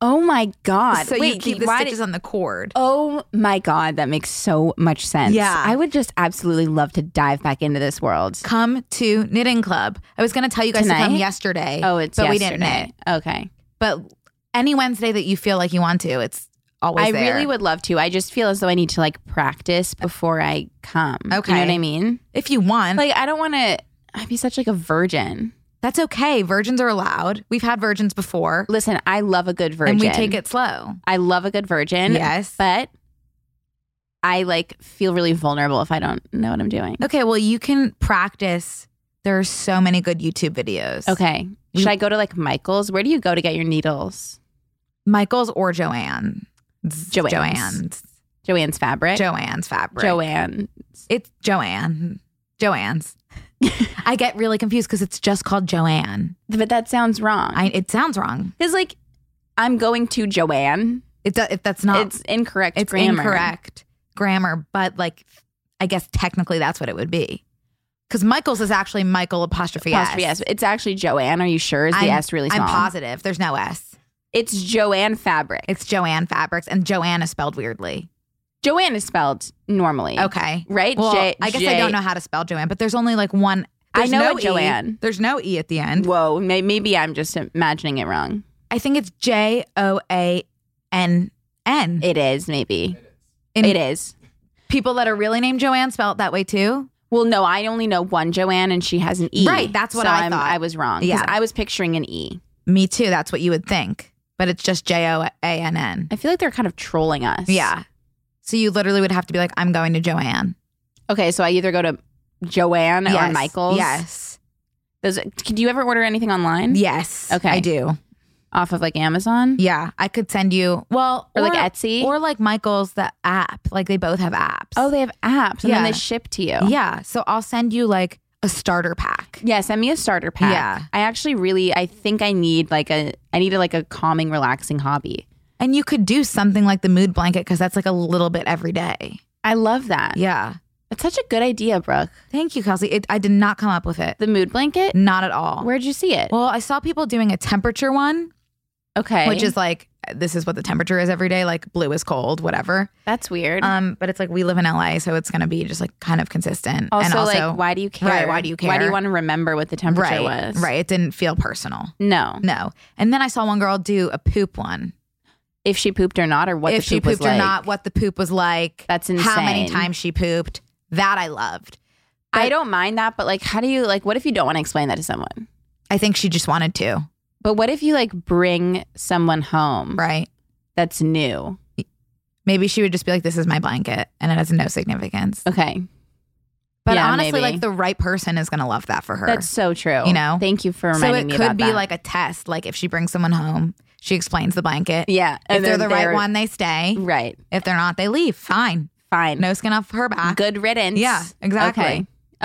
oh my god.
So
Wait,
you keep
the-
the
why
stitches
did-
on the cord.
Oh my God, that makes so much sense.
Yeah.
I would just absolutely love to dive back into this world.
Come to knitting club. I was gonna tell you guys to come
Tonight?
yesterday.
Oh, it's
but
yesterday.
we didn't knit.
Okay.
But any Wednesday that you feel like you want to, it's always
I
there.
really would love to. I just feel as though I need to like practice before I come. You know
Okay.
what I mean?
if you want.
Like I don't want to. I'd be such like a virgin.
That's okay. Virgins are allowed. We've had virgins before,
Listen, I love a good virgin,
and we take it slow.
I love a good virgin.
Yes.
but I like feel really vulnerable if I don't know what I'm doing.
Okay, well, you can practice. There are so many good YouTube videos.
Okay. Should I go to like Michael's? Where do you go to get your needles?
Michael's or Joanne's.
Joanne's.
Joanne's.
Joanne's fabric.
Joanne's fabric.
Joanne.
It's Joanne.
[LAUGHS]
Joanne's. I get really confused because it's just called Joanne.
But that sounds wrong.
I, it sounds wrong.
Because like I'm going to Joanne.
It, do- it that's not.
it's incorrect.
Uh, it's
grammar.
incorrect grammar, but like, I guess technically that's what it would be. Because Michael's is actually Michael apostrophe,
Apostrophe
S.
S. It's actually Joanne. Are you sure? Is the
I'm-
S really small?
I'm positive. There's no S.
It's Joanne fabric.
It's Joanne Fabrics, and Joanne is spelled weirdly.
Joanne is spelled normally.
Okay.
Right?
Well, I
J-
guess I
J-
don't know how to spell Joanne, but there's only like one.
I
there's
know
no
a
E.
Joanne.
There's no E at the end.
Whoa, may- maybe I'm just imagining it wrong.
I think it's J O A N N.
It is, maybe.
And
it is.
People that are really named Joanne spell it that way too.
Well, no, I only know one Joanne and she has an E.
Right, that's what
So
I
I'm-
thought.
I was wrong. 'cause
Yeah.
I was picturing an E.
Me too. That's what you would think, but it's just J O A N N.
I feel like they're kind of trolling us.
Yeah. So you literally would have to be like, I'm going to Joanne.
Okay, so I either go to Joanne
yes.
or Michael's.
Yes.
Does it, do you ever order anything online?
Yes.
Okay.
I do.
Off of like Amazon?
Yeah. I could send you, well,
Or, like Etsy?
Or like Michael's, the app. Like they both have apps.
oh, they have apps and
Yeah.
then they ship to you.
Yeah. So I'll send you like a starter pack.
Yeah, send me a starter pack.
Yeah.
I actually really I think I need like a I need like a calming, relaxing hobby.
And you could do something like the mood blanket because that's like a little bit every day.
I love that.
Yeah.
That's such a good idea, Brooke.
Thank you, Kelsey. It, I did not come up with it.
The mood blanket?
Not at all.
Where'd you see it?
well, I saw people doing a temperature one,
okay.
which is like, this is what the temperature is every day. Like blue is cold, whatever.
that's weird.
Um, but it's like we live in LA, so it's gonna be just like kind of consistent.
also,
and also
like why do you care?
Right, why do you
Why do
care?
you want to remember what the temperature
right,
was?
right. It didn't feel personal.
No.
No. And then I saw one girl do a poop one.
If she pooped or not or what
if
the poop
she pooped
was like.
or not, what the poop was like.
That's
How many
insane.
times she pooped. That I loved.
I don't mind that, but like how do you like what if you don't want to explain that to someone?
I think she just wanted to,
But what if you like bring someone home
right?
that's new?
Maybe she would just be like, this is my blanket and it has no significance.
Okay.
But
Yeah,
honestly,
maybe.
like the right person is going to love that for her.
That's so true.
You know?
Thank you for
so
reminding
it
me
could
about
be
that.
like a test. Like if she brings someone home, she explains the blanket.
yeah,
If
and
they're the
then
right one, they stay.
Right.
If they're not, they leave. Fine.
Fine.
No skin off her back.
Good riddance.
Yeah, exactly.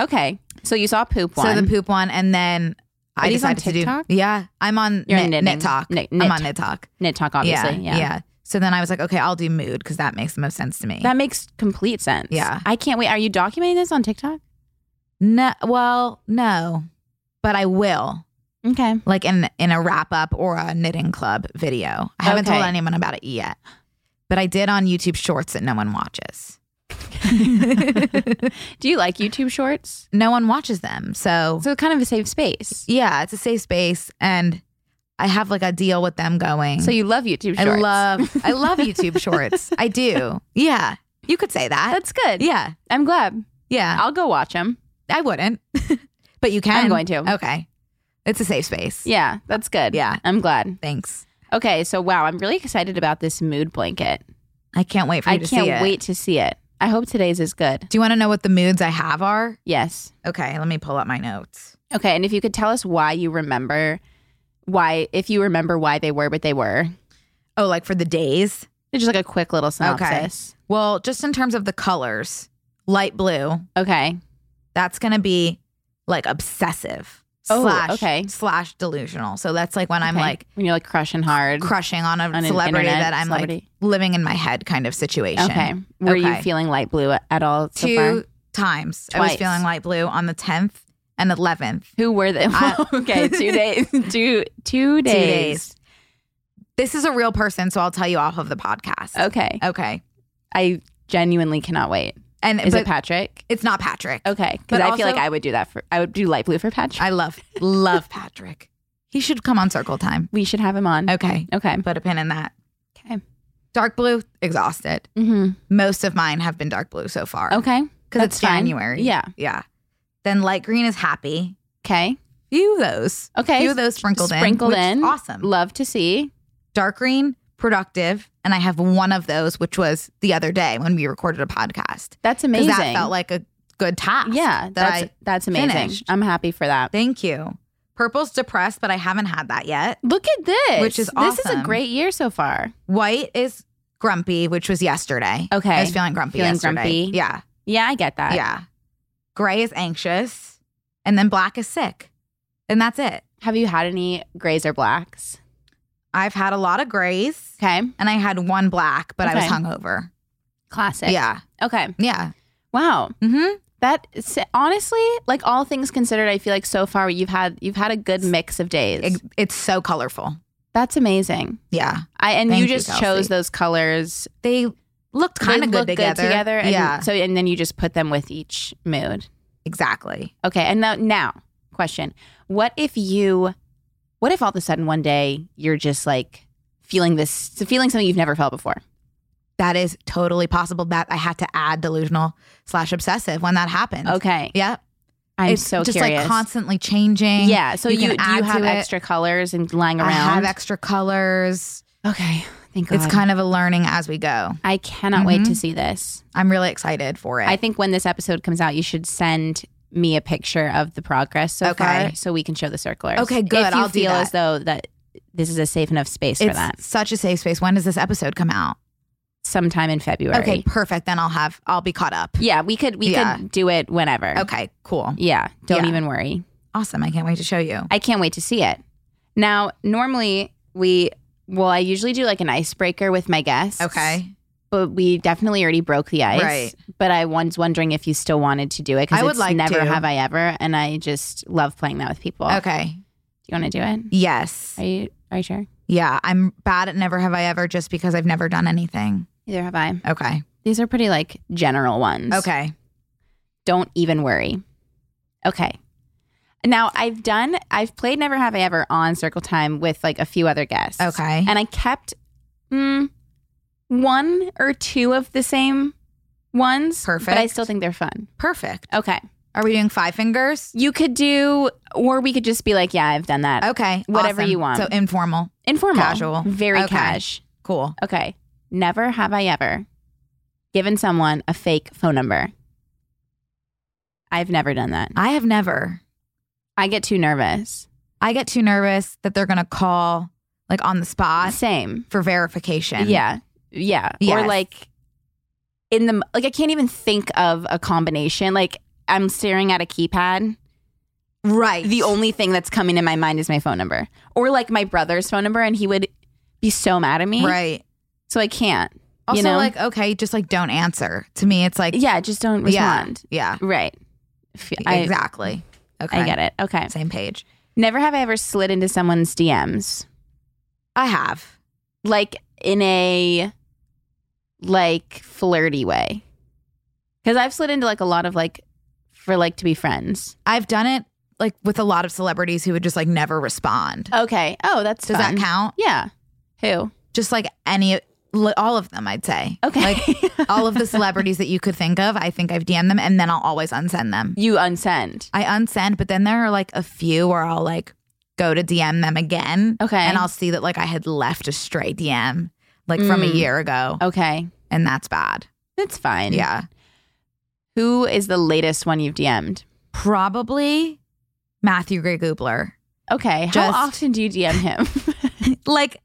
Okay. Okay. So you saw poop one.
So the poop one. And then
Are
I
these on
decided to
TikTok?
do. Yeah. I'm on
You're
knit,
knitting.
knit Talk.
Knit-
I'm
Knit
on Knit Talk.
knit talk, obviously. Yeah,
Yeah, So then I was like, okay, I'll do mood because that makes the most sense to me.
That makes complete sense.
Yeah.
I can't wait. Are you documenting this on TikTok?
no, well, no, but I will
Okay.
like in in a wrap up or a knitting club video. I haven't
Okay.
told anyone about it yet, but I did on YouTube Shorts that no one watches.
Do you like YouTube Shorts?
no one watches them. So,
So kind of a safe space.
yeah, it's a safe space. And I have like a deal with them going.
So you love YouTube Shorts.
I love
[LAUGHS]
I love YouTube shorts. I do. Yeah. You could say that.
That's good.
yeah.
I'm glad.
Yeah.
I'll go watch them.
I wouldn't. [LAUGHS] but you can.
I'm going to.
Okay. It's a safe space.
Yeah, that's good.
Yeah.
I'm glad.
Thanks.
Okay, so wow, I'm really excited about this mood blanket.
I can't wait for you
I
to see
can't
it.
wait to see it. I hope today's is good.
Do you want to know what the moods I have are?
Yes.
Okay, let me pull up my notes.
Okay, and if you could tell us why you remember why if you remember why they were what they were.
Oh, like for the days?
Just like a quick little synopsis.
Well, just in terms of the colors, light blue,
Okay.
that's going to be like obsessive
Oh,
slash
okay.
slash delusional. So that's like when I'm
Okay.
like
when you're like crushing hard.
crushing on a
an
celebrity
internet
that I'm
celebrity.
like living in my head kind of situation.
Okay. Were you
Okay.
feeling light blue at- at all so
Two
far?
times I
Twice.
was feeling light blue on the 10th and 11th.
Who were they?
I-
[LAUGHS] okay, two days. Two two days.
days. This is a real person, so I'll tell you off of the podcast.
Okay.
Okay.
I genuinely cannot wait.
And
Is
but
it Patrick?
it's not Patrick.
Okay,
But
because I feel like
also-
I would do that for. I would do light blue for Patrick.
I love love Patrick. He should come on Circle Time.
we should have him on. [LAUGHS]
Okay.
Okay.
Put a pin in that.
Okay.
Dark blue, exhausted.
Mm-hmm.
Most of mine have been dark blue so far.
Okay.
Because
that's
it's
fine.
January.
Yeah.
Yeah. Then light green is happy.
Okay.
Few of those.
Okay.
Few of those sprinkled in.
Sprinkled
which is
in.
Awesome.
Love to see.
dark green, productive. And I have one of those, which was the other day when we recorded a podcast.
That's
'Cause
amazing.
That felt like a good task.
yeah.
That
That's
I,
that's amazing.
finished.
I'm happy for that.
thank you. Purple's depressed, but I haven't had that yet.
Look at this.
Which is
This is a
awesome.
great year so far.
White is grumpy, which was yesterday.
Okay.
I was feeling grumpy
Feeling
yesterday.
grumpy.
Yeah.
Yeah, I get that.
yeah. Gray is anxious. And then black is sick. And that's it.
Have you had any grays or blacks?
I've had a lot of grays
Okay.
and I had one black, but I was
Okay.
hungover.
Classic.
Yeah.
Okay.
Yeah.
Wow.
Mm-hmm.
That is- honestly, like all things considered, I feel like so far you've had you've had a good mix of days.
it's so colorful.
That's amazing.
Yeah.
I and
Thank
you
you,
just
Kelsey.
chose those colors.
They looked kind
They
of
look
good together.
and
yeah.
So and then you just put them with each mood.
exactly.
Okay. And now, now question: What if you? What if all of a sudden one day you're just like feeling this, feeling something you've never felt before?
That is totally possible. That I had to add delusional slash obsessive when that happens.
Okay.
Yep.
I'm
it's
so
just
curious.
like constantly changing.
yeah. So you,
You can
do you
add
have
to it.
extra colors and lying around?
I have extra colors.
okay. Thank God.
It's kind of a learning as we go.
I cannot wait to
Mhm.
see this.
I'm really excited for it.
I think when this episode comes out, you should send me a picture of the progress so
Okay.
far, so we can show the circlers.
Okay, good.
If you
I'll do
feel
that.
as though that this is a safe enough space for
it's
that,
such a safe space. When does this episode come out?
sometime in February.
Okay, perfect. Then I'll have I'll be caught up.
Yeah, we could we
Yeah.
could do it whenever.
Okay, cool.
Yeah. Don't
Yeah.
even worry.
Awesome. I can't wait to show you.
I can't wait to see it. Now, normally we well, I usually do like an icebreaker with my guests.
Okay.
But we definitely already broke the ice.
Right.
But I was wondering if you still wanted to do it because
I would
it's
like
never
to.
have I ever, and I just love playing that with people.
Okay.
Do you want to do it?
Yes.
Are you Are you sure?
Yeah, I'm bad at never have I ever just because I've never done anything.
Neither have I.
Okay.
These are pretty like general ones.
Okay.
Don't even worry. Okay. Now I've done. I've played Never Have I Ever on Circle Time with like a few other guests.
Okay.
and I kept mm, one or two of the same ones. But I
Perfect.
still think they're fun.
Perfect.
Okay.
Are we doing five fingers?
You could do, or we could just be like, yeah, I've done that.
Okay.
Whatever
Awesome.
you want.
So informal.
Informal.
Oh, Casual.
Very
Okay.
cash.
Cool.
Okay. Never have I ever given someone a fake phone number. I've never done that.
I have never.
I get too nervous.
I get too nervous that they're going to call like on the spot
Same.
for verification.
Yeah. Yeah. Or
Yes.
like in the, like, I can't even think of a combination. Like, I'm staring at a keypad.
Right.
the only thing that's coming in my mind is my phone number or like my brother's phone number and he would be so mad at me
Right.
so i can't
Also,
you know
like, okay, just like don't answer. To me, it's like,
yeah just don't
yeah,
respond
Yeah.
right F- I,
Exactly. Okay.
I get it okay
Same page.
never have i ever slid into someone's dms
I have.
like in a like flirty way Because I've slid into like a lot of like for like to be friends.
I've done it like with a lot of celebrities who would just like never respond.
Okay. Oh, that's
Does
fun.
that count?
Yeah. Who?
Just like any, li- all of them, I'd say.
Okay.
Like all of the celebrities that you could think of, I think I've DM'd them and then I'll always unsend them.
you unsend.
I unsend, but then there are like a few where I'll like go to DM them again.
Okay.
And I'll see that like I had left a stray DM like from a
Mm.
year ago.
Okay.
And that's bad.
That's fine.
Yeah.
Who is the latest one you've DM'd?
Probably Matthew Gray Goobler.
Okay. How
Just-
often do you DM him?
Like,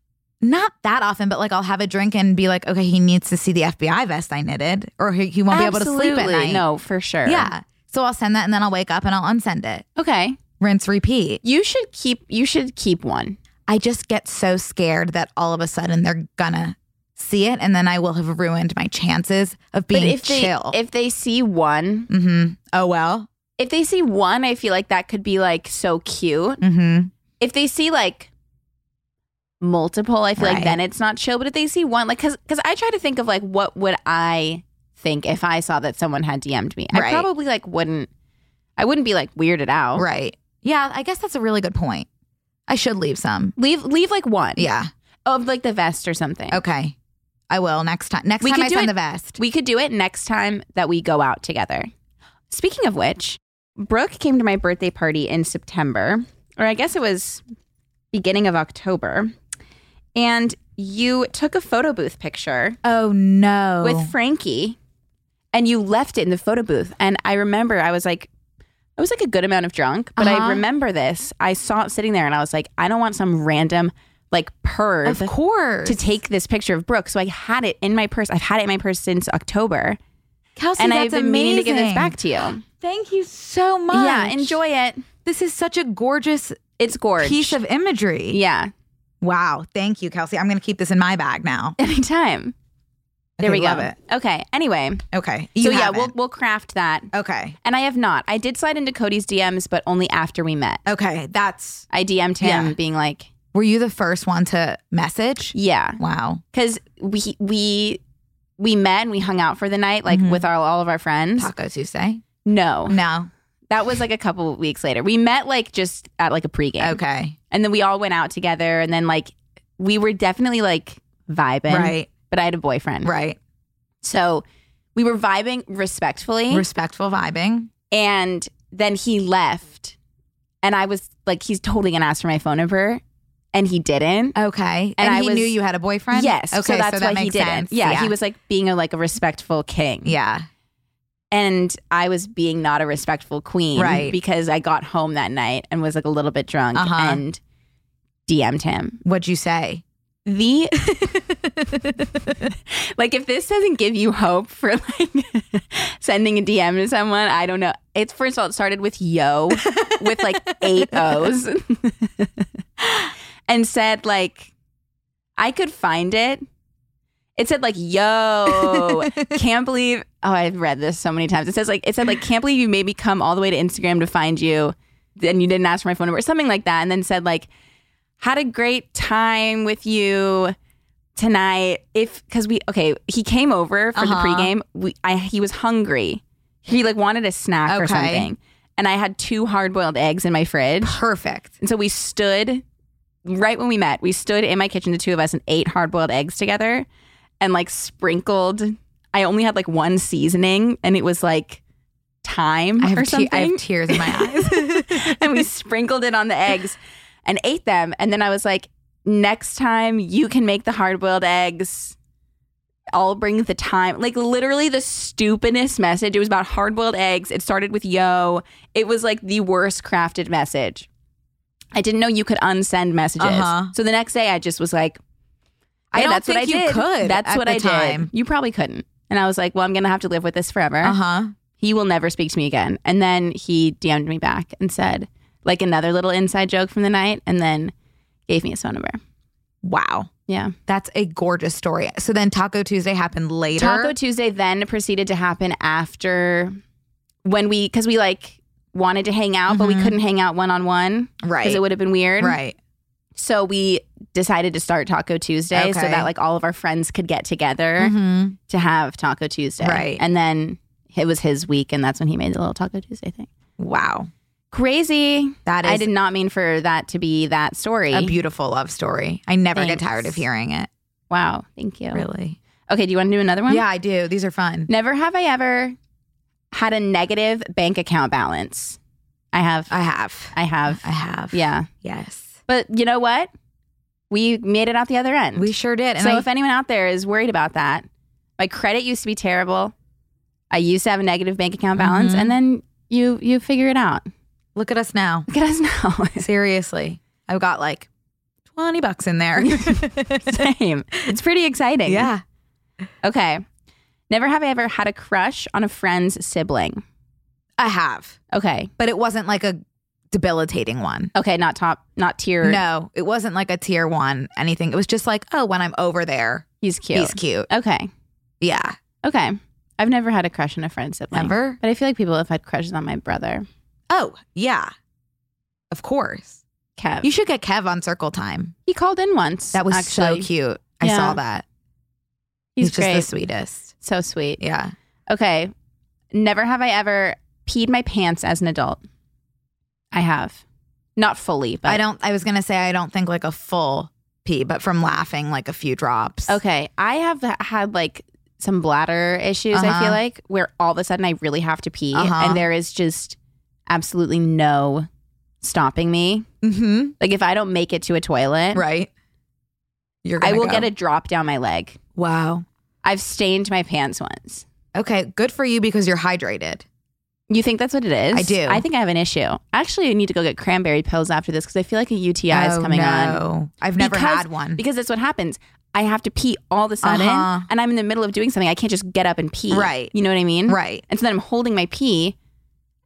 not that often, but like I'll have a drink and be like, okay, he needs to see the FBI vest I knitted or he, he [LAUGHS] won't be able to sleep at
Absolutely.
night.
No, for sure.
Yeah. So I'll send that and then I'll wake up and I'll unsend it.
Okay.
Rinse, repeat.
You should keep you should keep one.
I just get so scared that all of a sudden they're gonna see it and then I will have ruined my chances of being
but if
chill.
they if they see one,
mm-hmm. Oh well.
if they see one, I feel like that could be like so cute.
Mm-hmm.
If they see like multiple, I feel
Right.
like then it's not chill. But if they see one, like because because I try to think of like what would I think if I saw that someone had DM'd me.
Right.
I probably like wouldn't. I wouldn't be like weirded out.
Right. Yeah, I guess that's a really good point. I should leave some.
Leave leave like one.
Yeah.
Of like the vest or something.
Okay. I will next time. Next
We
time
could
I
do
send
it-
the vest.
We could do it next time that we go out together. Speaking of which, Brooke came to my birthday party in September, or I guess it was beginning of October, and you took a photo booth picture
Oh no.
with Frankie and you left it in the photo booth. And I remember I was like, I was like a good amount of drunk, but
Uh-huh.
I remember this. I saw it sitting there and I was like, I don't want some random like perv
of course.
to take this picture of Brooke. So I had it in my purse. I've had it in my purse since October.
Kelsey,
and
Oh, that's
I've been meaning to give this
amazing.
back to you.
Thank you so much.
Yeah, enjoy it.
This is such a gorgeous
It's gorgeous.
piece of imagery.
yeah.
Wow. Thank you, Kelsey. I'm gonna keep this in my bag now.
Anytime. There
Okay,
we go.
love it.
Okay. Anyway,
Okay. You
so yeah, we'll
haven't.
we'll craft that.
Okay.
And I have not. I did slide into Cody's DMs, but only after we met.
Okay. That's
I DM'd him
Yeah.
being like,
Were you the first one to message?
"Yeah,"
Wow.
because we we we met and we hung out for the night, like
Mhm.
with our, all of our friends.
Taco Tuesday?
No,
No.
that was like a couple weeks later. We met like just at like a pregame,
Okay.
and then we all went out together, and then like we were definitely like vibing,
right.
But I had a boyfriend,
Right.
So we were vibing respectfully,
Respectful vibing.
and then he left, and I was like, "He's totally gonna ask for my phone number," and he didn't.
Okay. And,
And I
he
was-
knew you had a boyfriend?
Yes.
Okay.
so that's
that
why he
makes
didn't.
sense.
Yeah, He was like being a like a respectful king.
Yeah.
And I was being not a respectful queen.
Right.
Because I got home that night and was like a little bit drunk
Uh-huh.
and DM'd him.
What'd you say?
The [LAUGHS] like if this doesn't give you hope for like [LAUGHS] sending a DM to someone, I don't know. It's first of all, it started with yo with like eight O's and said like I could find it. It said like
[LAUGHS]
yo, can't believe oh, I've read this so many times. It says like it said like can't believe you made me come all the way to Instagram to find you and you didn't ask for my phone number or something like that. And then said like had a great time with you tonight. If because we okay, he came over for
Uh-huh.
the pregame. We I he was hungry. He like wanted a snack or
Okay.
something. And I had two hard boiled eggs in my fridge.
Perfect.
And so we stood right when we met, we stood in my kitchen, the two of us, and ate hard boiled eggs together and like sprinkled. I only had like one seasoning and it was like thyme
I have,
or
te-
something.
I have tears
[LAUGHS]
in my eyes.
and we sprinkled it on the eggs and ate them. And then I was like, next time you can make the hard boiled eggs. I'll bring the time. Like literally the stupidest message. It was about hard boiled eggs. It started with yo. It was like the worst crafted message. I didn't know you could unsend messages.
Uh-huh.
So the next day I just was like,
I
"Yeah,
don't
that's what I
think you
did.
could
That's
at
what
the
I
time."
did. You probably couldn't. And I was like, well, I'm gonna have to live with this forever
uh huh.
he will never speak to me again. And then he DM'd me back and said, like another little inside joke from the night, and then gave me his phone number.
Wow.
Yeah.
That's a gorgeous story. So then Taco Tuesday happened later.
Taco Tuesday then proceeded to happen after when we, because we like wanted to hang out, but we
Mhm.
couldn't hang out one on one because
Right.
it would have been weird.
Right.
So we decided to start Taco Tuesday so
Okay.
that like all of our friends could get together
Mhm.
to have Taco Tuesday.
Right.
And then it was his week, and that's when he made the little Taco Tuesday thing.
Wow.
Crazy.
That is
I did not mean for that to be that story.
a beautiful love story. I never
Thanks.
get tired of hearing it.
wow. Thank you.
Really.
Okay. Do you want to do another one?
Yeah, I do. These are fun.
Never have I ever had a negative bank account balance. I have.
I have.
I have.
I have.
Yeah.
Yes.
But you know what? We made it out the other end.
We sure did. And
Mm. so
I,
if anyone out there is worried about that, my credit used to be terrible. I used to have a negative bank account balance,
Mhm.
and then you you figure it out. [LAUGHS]
look at us now.
Look at us now. [LAUGHS]
Seriously. I've got like 20 bucks
[LAUGHS]
in there.
Same. It's pretty exciting.
yeah.
Okay. Never have I ever had a crush on a friend's sibling.
I have.
Okay.
But it wasn't like a debilitating one.
Okay. Not top. Not tier.
No, it wasn't like a tier one anything. It was just like, oh, when I'm over there,
He's cute.
he's cute.
Okay.
Yeah.
Okay. I've never had a crush on a friend's sibling.
Ever?
But I feel like people have had crushes on my brother,
Oh, yeah. Of course.
Kev.
You should get Kev on Circle Time.
he called in once.
That was
actually.
so cute. I
Yeah.
saw that.
He's,
just
great.
the sweetest.
so sweet.
Yeah.
Okay. Never have I ever peed my pants as an adult. I have. Not fully, but
I don't I was gonna say I don't think like a full pee, but from laughing like a few drops.
Okay. I have had like some bladder issues, I
Uh-huh.
feel like, where all of a sudden I really have to pee
Uh-huh.
and there is just absolutely no stopping me.
Mm-hmm.
Like if I don't make it to a [LAUGHS] toilet,
Right. You're
I
gonna
will
go.
get a drop down my leg.
Wow.
I've stained my pants once.
Okay, good for you because you're hydrated.
You think that's what it is?
I do.
I think I have an issue. Actually, I need to go get cranberry pills after this because I feel like a UTI is coming on.
Oh, no. I've never
Because-
had one.
because that's what happens. I have to pee all of a sudden,
Uh-huh.
and I'm in the middle of doing something. I can't just get up and pee.
Right.
You know what I mean?
Right.
And so then I'm holding my pee.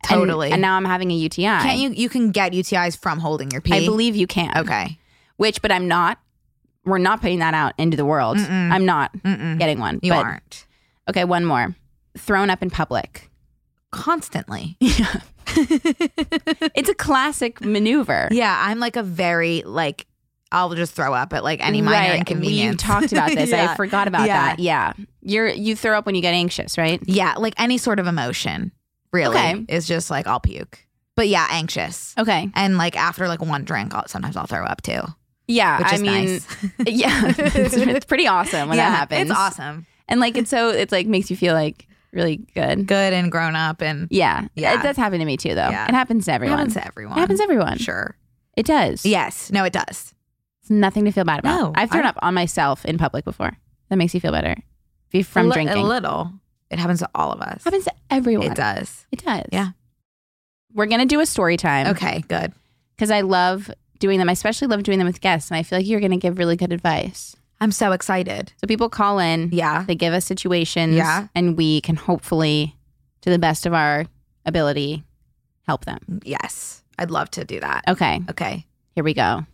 and-
Totally.
And, now I'm having a UTI.
Can't you you can get UTIs from holding your pee?
I believe you can.
Okay.
Which, but I'm not. We're not putting that out into the world.
Mm-mm.
I'm not
Mm-mm.
getting one.
You
but-
aren't.
Okay, one more. Thrown up in
[LAUGHS]
public. [LAUGHS]
Constantly.
It's a classic maneuver.
Yeah, I'm like a very like I'll just throw up at like any minor
Right.
inconvenience.
We talked about
[LAUGHS]
this.
yeah.
I forgot about
Yeah.
that. Yeah. You're you throw up when you get anxious, right?
yeah, like any sort of emotion really
Okay. Oh.
is just like I'll puke. But yeah, anxious.
Okay.
And like after like one drink, I'll, sometimes I'll throw up too,
Yeah.
which
I
is
mean
nice. [LAUGHS]
yeah. [LAUGHS] It's, it's pretty awesome when
yeah,
that happens.
it's awesome,
And like it's so it's like makes you feel like really good.
good and grown up, and
Yeah.
Yeah.
It does happen to me too though.
Yeah.
It happens to everyone.
happens to everyone.
It happens to everyone.
sure.
It does.
Yes, no, it does.
It's nothing to feel bad about.
No,
I've thrown
I-
up on myself in public before. That makes you feel better. If you're from
a li-
drinking.
a little. It happens to all of us.
It happens to everyone.
it does.
It does.
Yeah.
We're gonna do a story time.
Okay, good.
Because I love doing them. I especially love doing them with guests, and I feel like you're gonna give really good advice.
I'm so excited.
So people call in.
Yeah,
They give us situations.
Yeah.
And we can hopefully, to the best of our ability, help them.
yes, I'd love to do that.
Okay.
Okay,
Here we go.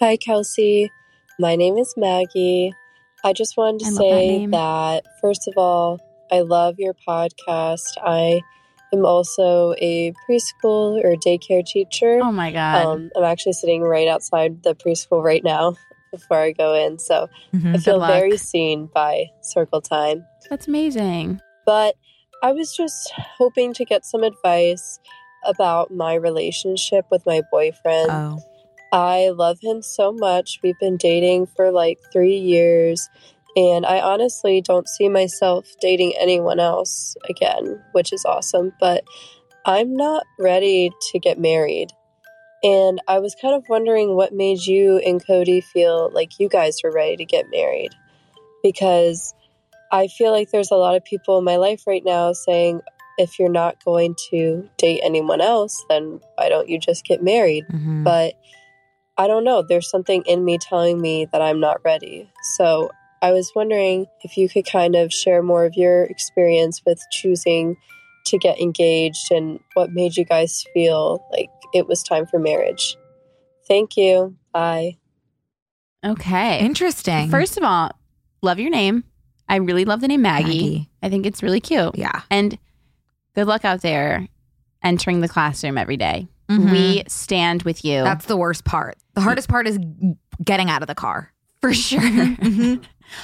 Hi, Kelsey. My name is Maggie. I just wanted to
I love that
say
name.
that, first of all, I love your podcast. I am also a preschool or daycare teacher.
Oh my God.
um, I'm actually sitting right outside the preschool right now [LAUGHS] before I go in. So I
Mhm.
feel
Mm, luck.
very seen by Circle Time.
That's amazing.
But I was just hoping to get some advice about my relationship with my boyfriend.
oh,
I love him so much. We've been dating for like three years, and I honestly don't see myself dating anyone else again, which is awesome. But I'm not ready to get married. And I was kind of wondering what made you and Cody feel like you guys were ready to get married. Because I feel like there's a lot of people in my life right now saying, if you're not going to date anyone else, then why don't you just get married?
Mhm.
but I don't know. There's something in me telling me that I'm not ready. So I was wondering if you could kind of share more of your experience with choosing to get engaged and what made you guys feel like it was time for marriage. Thank you. Bye.
Okay.
interesting.
First of all, love your name. I really love the name Maggie.
Maggie.
I think it's really cute.
yeah,
And good luck out there entering the classroom every day.
Mhm.
We stand with you.
That's the worst part. The hardest part is getting out of the car. [LAUGHS] Uh,
for sure.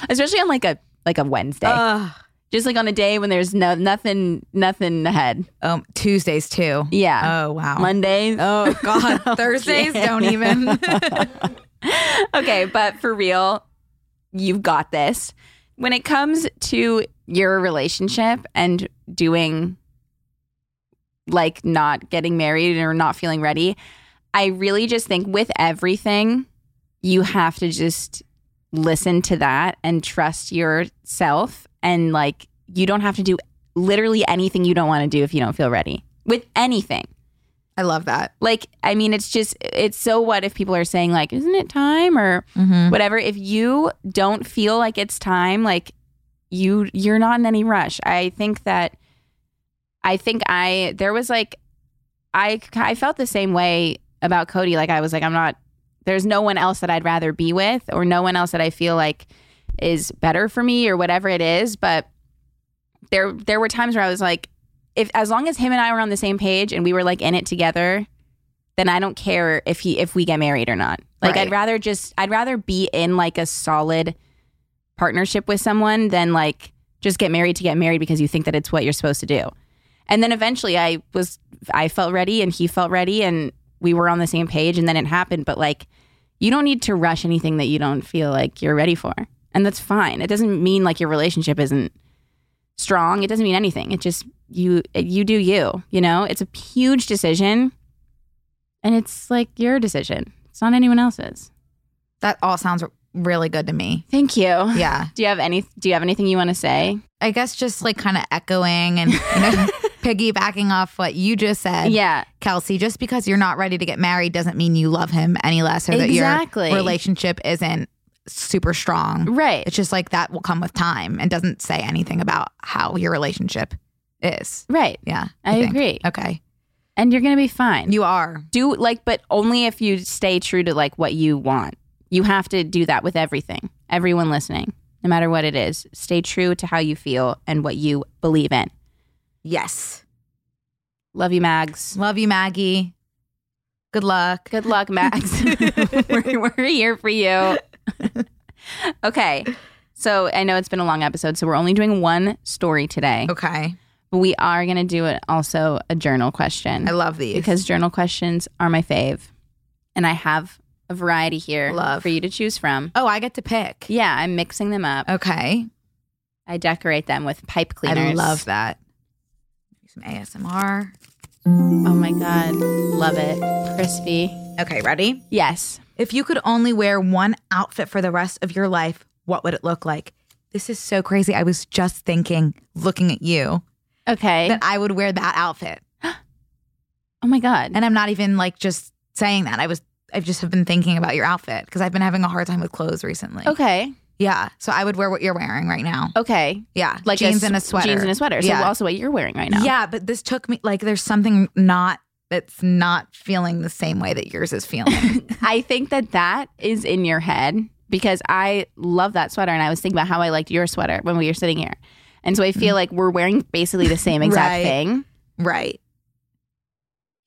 Especially on like a like a Wednesday.
Ugh.
Just like on a day when there's no nothing, nothing ahead.
Um, Tuesdays too.
Yeah.
Oh wow.
Mondays.
[LAUGHS] Oh God. Thursdays don't even.
[LAUGHS] okay, but for real, you've got this. When it comes to your relationship and doing like not getting married or not feeling ready, I really just think with everything, you have to just listen to that and trust yourself. And like, you don't have to do literally anything you don't want to do if you don't feel ready with anything.
[LAUGHS] I love that.
Like, I mean, it's just, it's so what if people are saying, like, isn't it time or
Mm-hmm.
whatever if you don't feel like it's time like you you're not in any rush i think that i think i there was like i i felt the same way about cody like i was like i'm not there's no one else that i'd rather be with or no one else that i feel like is better for me or whatever it is but there there were times where i was like if as long as him and i were on the same page and we were like in it together then i don't care if he if we get married or not like
Right.
i'd rather just i'd rather be in like a solid partnership with someone than like just get married to get married because you think that it's what you're supposed to do and then eventually i was i felt ready and he felt ready and we were on the same page and then it happened but like you don't need to rush anything that you don't feel like you're ready for and that's fine it doesn't mean like your relationship isn't strong it doesn't mean anything it just you you do you you know it's a huge decision and it's like your decision it's not anyone else's
That all sounds really good to me.
thank you
Yeah.
do you have any do you have anything you want to say
I guess just like kind of echoing and you [LAUGHS] know, piggybacking off what you just said,
yeah
Kelsey. Just because you're not ready to get married doesn't mean you love him any less, or that
Exactly.
your relationship isn't super strong.
right
It's just like that will come with time and doesn't say anything about how your relationship is.
right
Yeah,
i,
think.
agree
Okay,
and you're gonna be fine
you are
do like but only if you stay true to like what you want you have to do that with everything everyone listening no matter what it is stay true to how you feel and what you believe in
yes.
love you mags
Love you, Maggie. Good luck.
Good luck,
[LAUGHS]
Max. [LAUGHS] we're, we're here for you. [LAUGHS] okay. So I know it's been a long episode, so we're only doing one story today.
Okay,
But we are going to do it also a journal question
I love these
because journal questions are my fave. And I have a variety here
Love.
for you to choose from.
oh, I get to pick.
Yeah, I'm mixing them up.
Okay,
I decorate them with pipe cleaners.
I love that. Some ASMR.
Oh my God. Love it. Crispy.
Okay, ready?
Yes.
If you could only wear one outfit for the rest of your life, what would it look like? This is so crazy. I was just thinking, looking at you,
Okay.
that I would wear that outfit.
oh my God.
And I'm not even like just saying that. I was, I just have been thinking about your outfit because I've been having a hard time with clothes recently.
okay.
Yeah. So I would wear what you're wearing right now.
Okay.
Yeah.
like
jeans
s-
and a sweater.
Jeans and a sweater. So
Yeah.
also what you're wearing right now.
Yeah. But this took me, like, there's something not, that's not feeling the same way that yours
[LAUGHS]
is feeling.
I think that that is in your head because I love that sweater and I was thinking about how I liked your sweater when we were sitting here. And so I feel like we're wearing basically the same exact
Mm. Right.
thing.
right.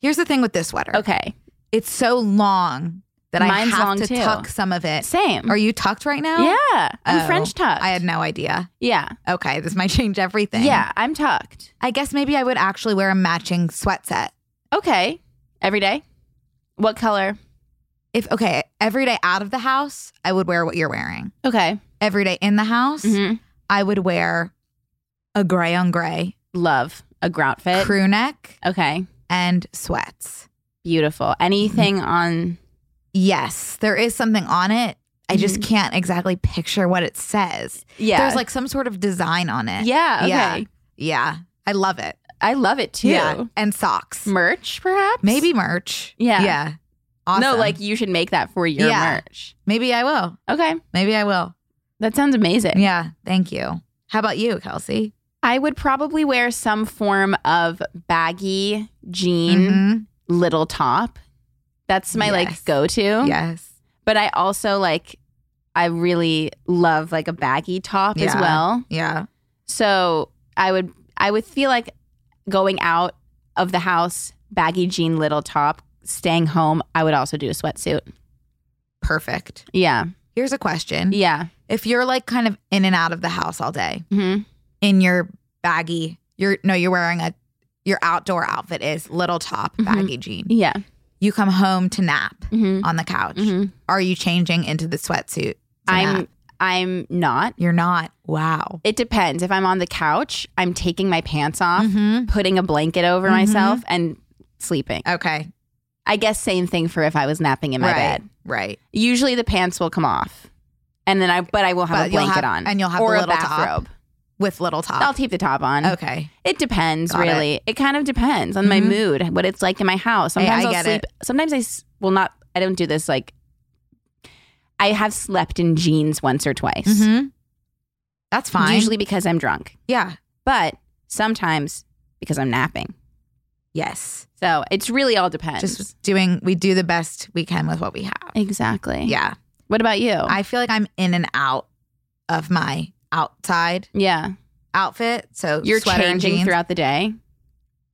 Here's the thing with this sweater.
Okay.
It's so long that
Mine's
I have
long,
to
too.
tuck some of it.
Same.
Are you tucked right now?
yeah. I'm
Oh,
French tucked.
I had no idea.
yeah.
Okay, this might change everything.
Yeah. I'm tucked.
I guess maybe I would actually wear a matching sweat set.
Okay. Every day. What color?
If okay, every day out of the house, I would wear what you're wearing.
Okay.
Every day in the house,
hmm
I would wear a gray on gray
Love a grout fit.
crew neck
okay.
and sweats.
Beautiful. Anything
Mm-hmm.
on
Yes, there is something on it. I just can't exactly picture what it says.
Mm-hmm. Yeah.
There's like some sort of design on it.
Yeah. Okay.
Yeah. Yeah. I love it.
I love it too.
Yeah. And socks.
Merch perhaps?
Maybe merch.
Yeah.
Yeah. Awesome.
No, like you should make that for your
Yeah.
merch.
maybe I will.
Okay.
Maybe I will.
That sounds amazing.
Yeah. Thank you. How about you, Kelsey?
I would probably wear some form of baggy jean
Mhm.
little top. That's my
Yes.
like go to.
Yes.
But I also like I really love like a baggy top as
Yeah.
well.
Yeah.
So I would I would feel like going out of the house, baggy jean little top, staying home, I would also do a sweatsuit.
Perfect.
Yeah.
Here's a question.
Yeah.
If you're like kind of in and out of the house all day,
hmm
in your baggy, your no, you're wearing a your outdoor outfit is little top,
Mhm.
baggy jean.
Yeah.
You come home to nap
Mm-hmm.
on the couch. Are you changing into the sweatsuit? to
I'm
nap?
I'm not.
You're not. Wow.
It depends. If I'm on the couch, I'm taking my pants off,
Mhm.
putting a blanket over
Mhm.
myself, and sleeping.
Okay.
I guess same thing for if I was napping in my
right.
bed.
Right.
Usually the pants will come off, and then I but I will have
But
a
you'll
blanket
have-
on
and you'll have
or
the
a
little top. Ah.
bathrobe.
With little
I'll
top.
keep the top on.
okay.
It depends,
Got it.
really. It. kind of depends on my
Mhm.
mood, what it's like in my house.
Hey,
Sometimes
I
I will
get
sleep. Sometimes I s- will not. I don't do this. Like I have slept in jeans once or twice,
Mm-hmm. That's fine.
usually because I'm drunk,
yeah.
but sometimes because I'm napping.
Yes.
So it's really all depends.
Just doing. We do the best we can with what we have.
exactly.
Yeah.
What about you?
I feel like I'm in and out of my outside
yeah.
outfit. So
You're
sweater and
changing
jeans.
throughout the day.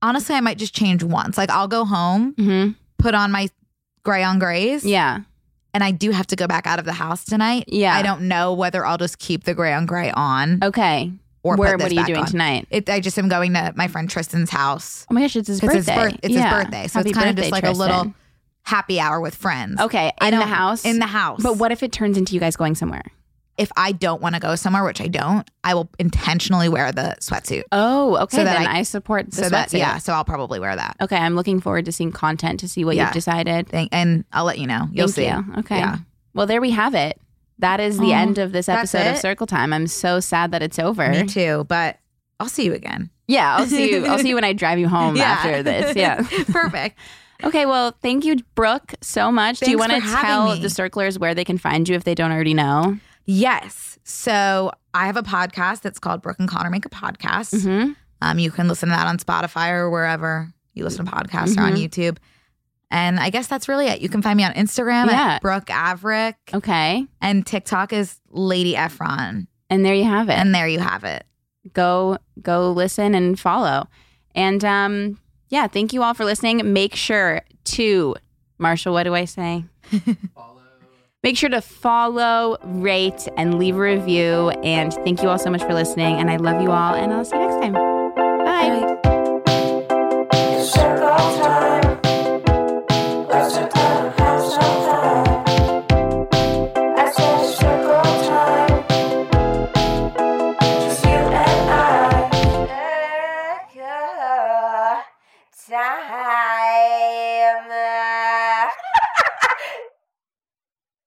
Honestly, I might just change once. Like I'll go home,
Mm-hmm.
put on my gray on grays.
Yeah.
And I do have to go back out of the house tonight.
Yeah.
I don't know whether I'll just keep the gray on gray on
Okay.
or
Where?
put
what
this
are you
back
doing
on.
tonight?
It, I just am going to my friend Tristan's house.
Oh my gosh, it's his
It's
birthday.
his birth- it's his birthday, so it's kind of just like a little Happy hour with friends.
Okay,
I
in the
don't-
house.
In the house.
But what if it turns into you guys going somewhere?
if I don't want to go somewhere, which I don't, I will intentionally wear the sweatsuit.
Oh, okay.
So that
then
I-
I, support the
so
sweatsuit.
that yeah, so I'll probably wear that.
Okay, I'm looking forward to seeing content to see what
Yeah.
you've decided.
Thing- and I'll let you know. You'll see.
Thank you. Okay.
Yeah.
Well, there we have it. That is the
Aw,
end of this
that's
episode of
it?
Circle Time. I'm so sad that it's over.
Me too. But I'll see you again.
Yeah, I'll see you. I'll see you when I drive [LAUGHS] you home
Yeah.
after this. Yeah.
[LAUGHS] Perfect.
Okay. Well, thank you, Brooke, so much. Do you
Thanks
want to
for having
tell
me.
the circlers where they can find you if they don't already know?
Yes. So I have a podcast that's called Brooke and Connor Make a Podcast.
Mm-hmm.
Um, you can listen to that on Spotify or wherever you listen to podcasts or on
Mhm.
YouTube. And I guess that's really it. You can find me on Instagram
Yeah. Oh.
at Brooke Averick
Okay.
and TikTok is Lady Efron.
And there you have it.
And there you have it.
go go listen and follow. And um yeah, thank you all for listening. Make sure to Marshall, what do I say? Make sure to follow, rate, and leave a review. And thank you all so much for listening. And I love you all. And I'll see you next time. Bye.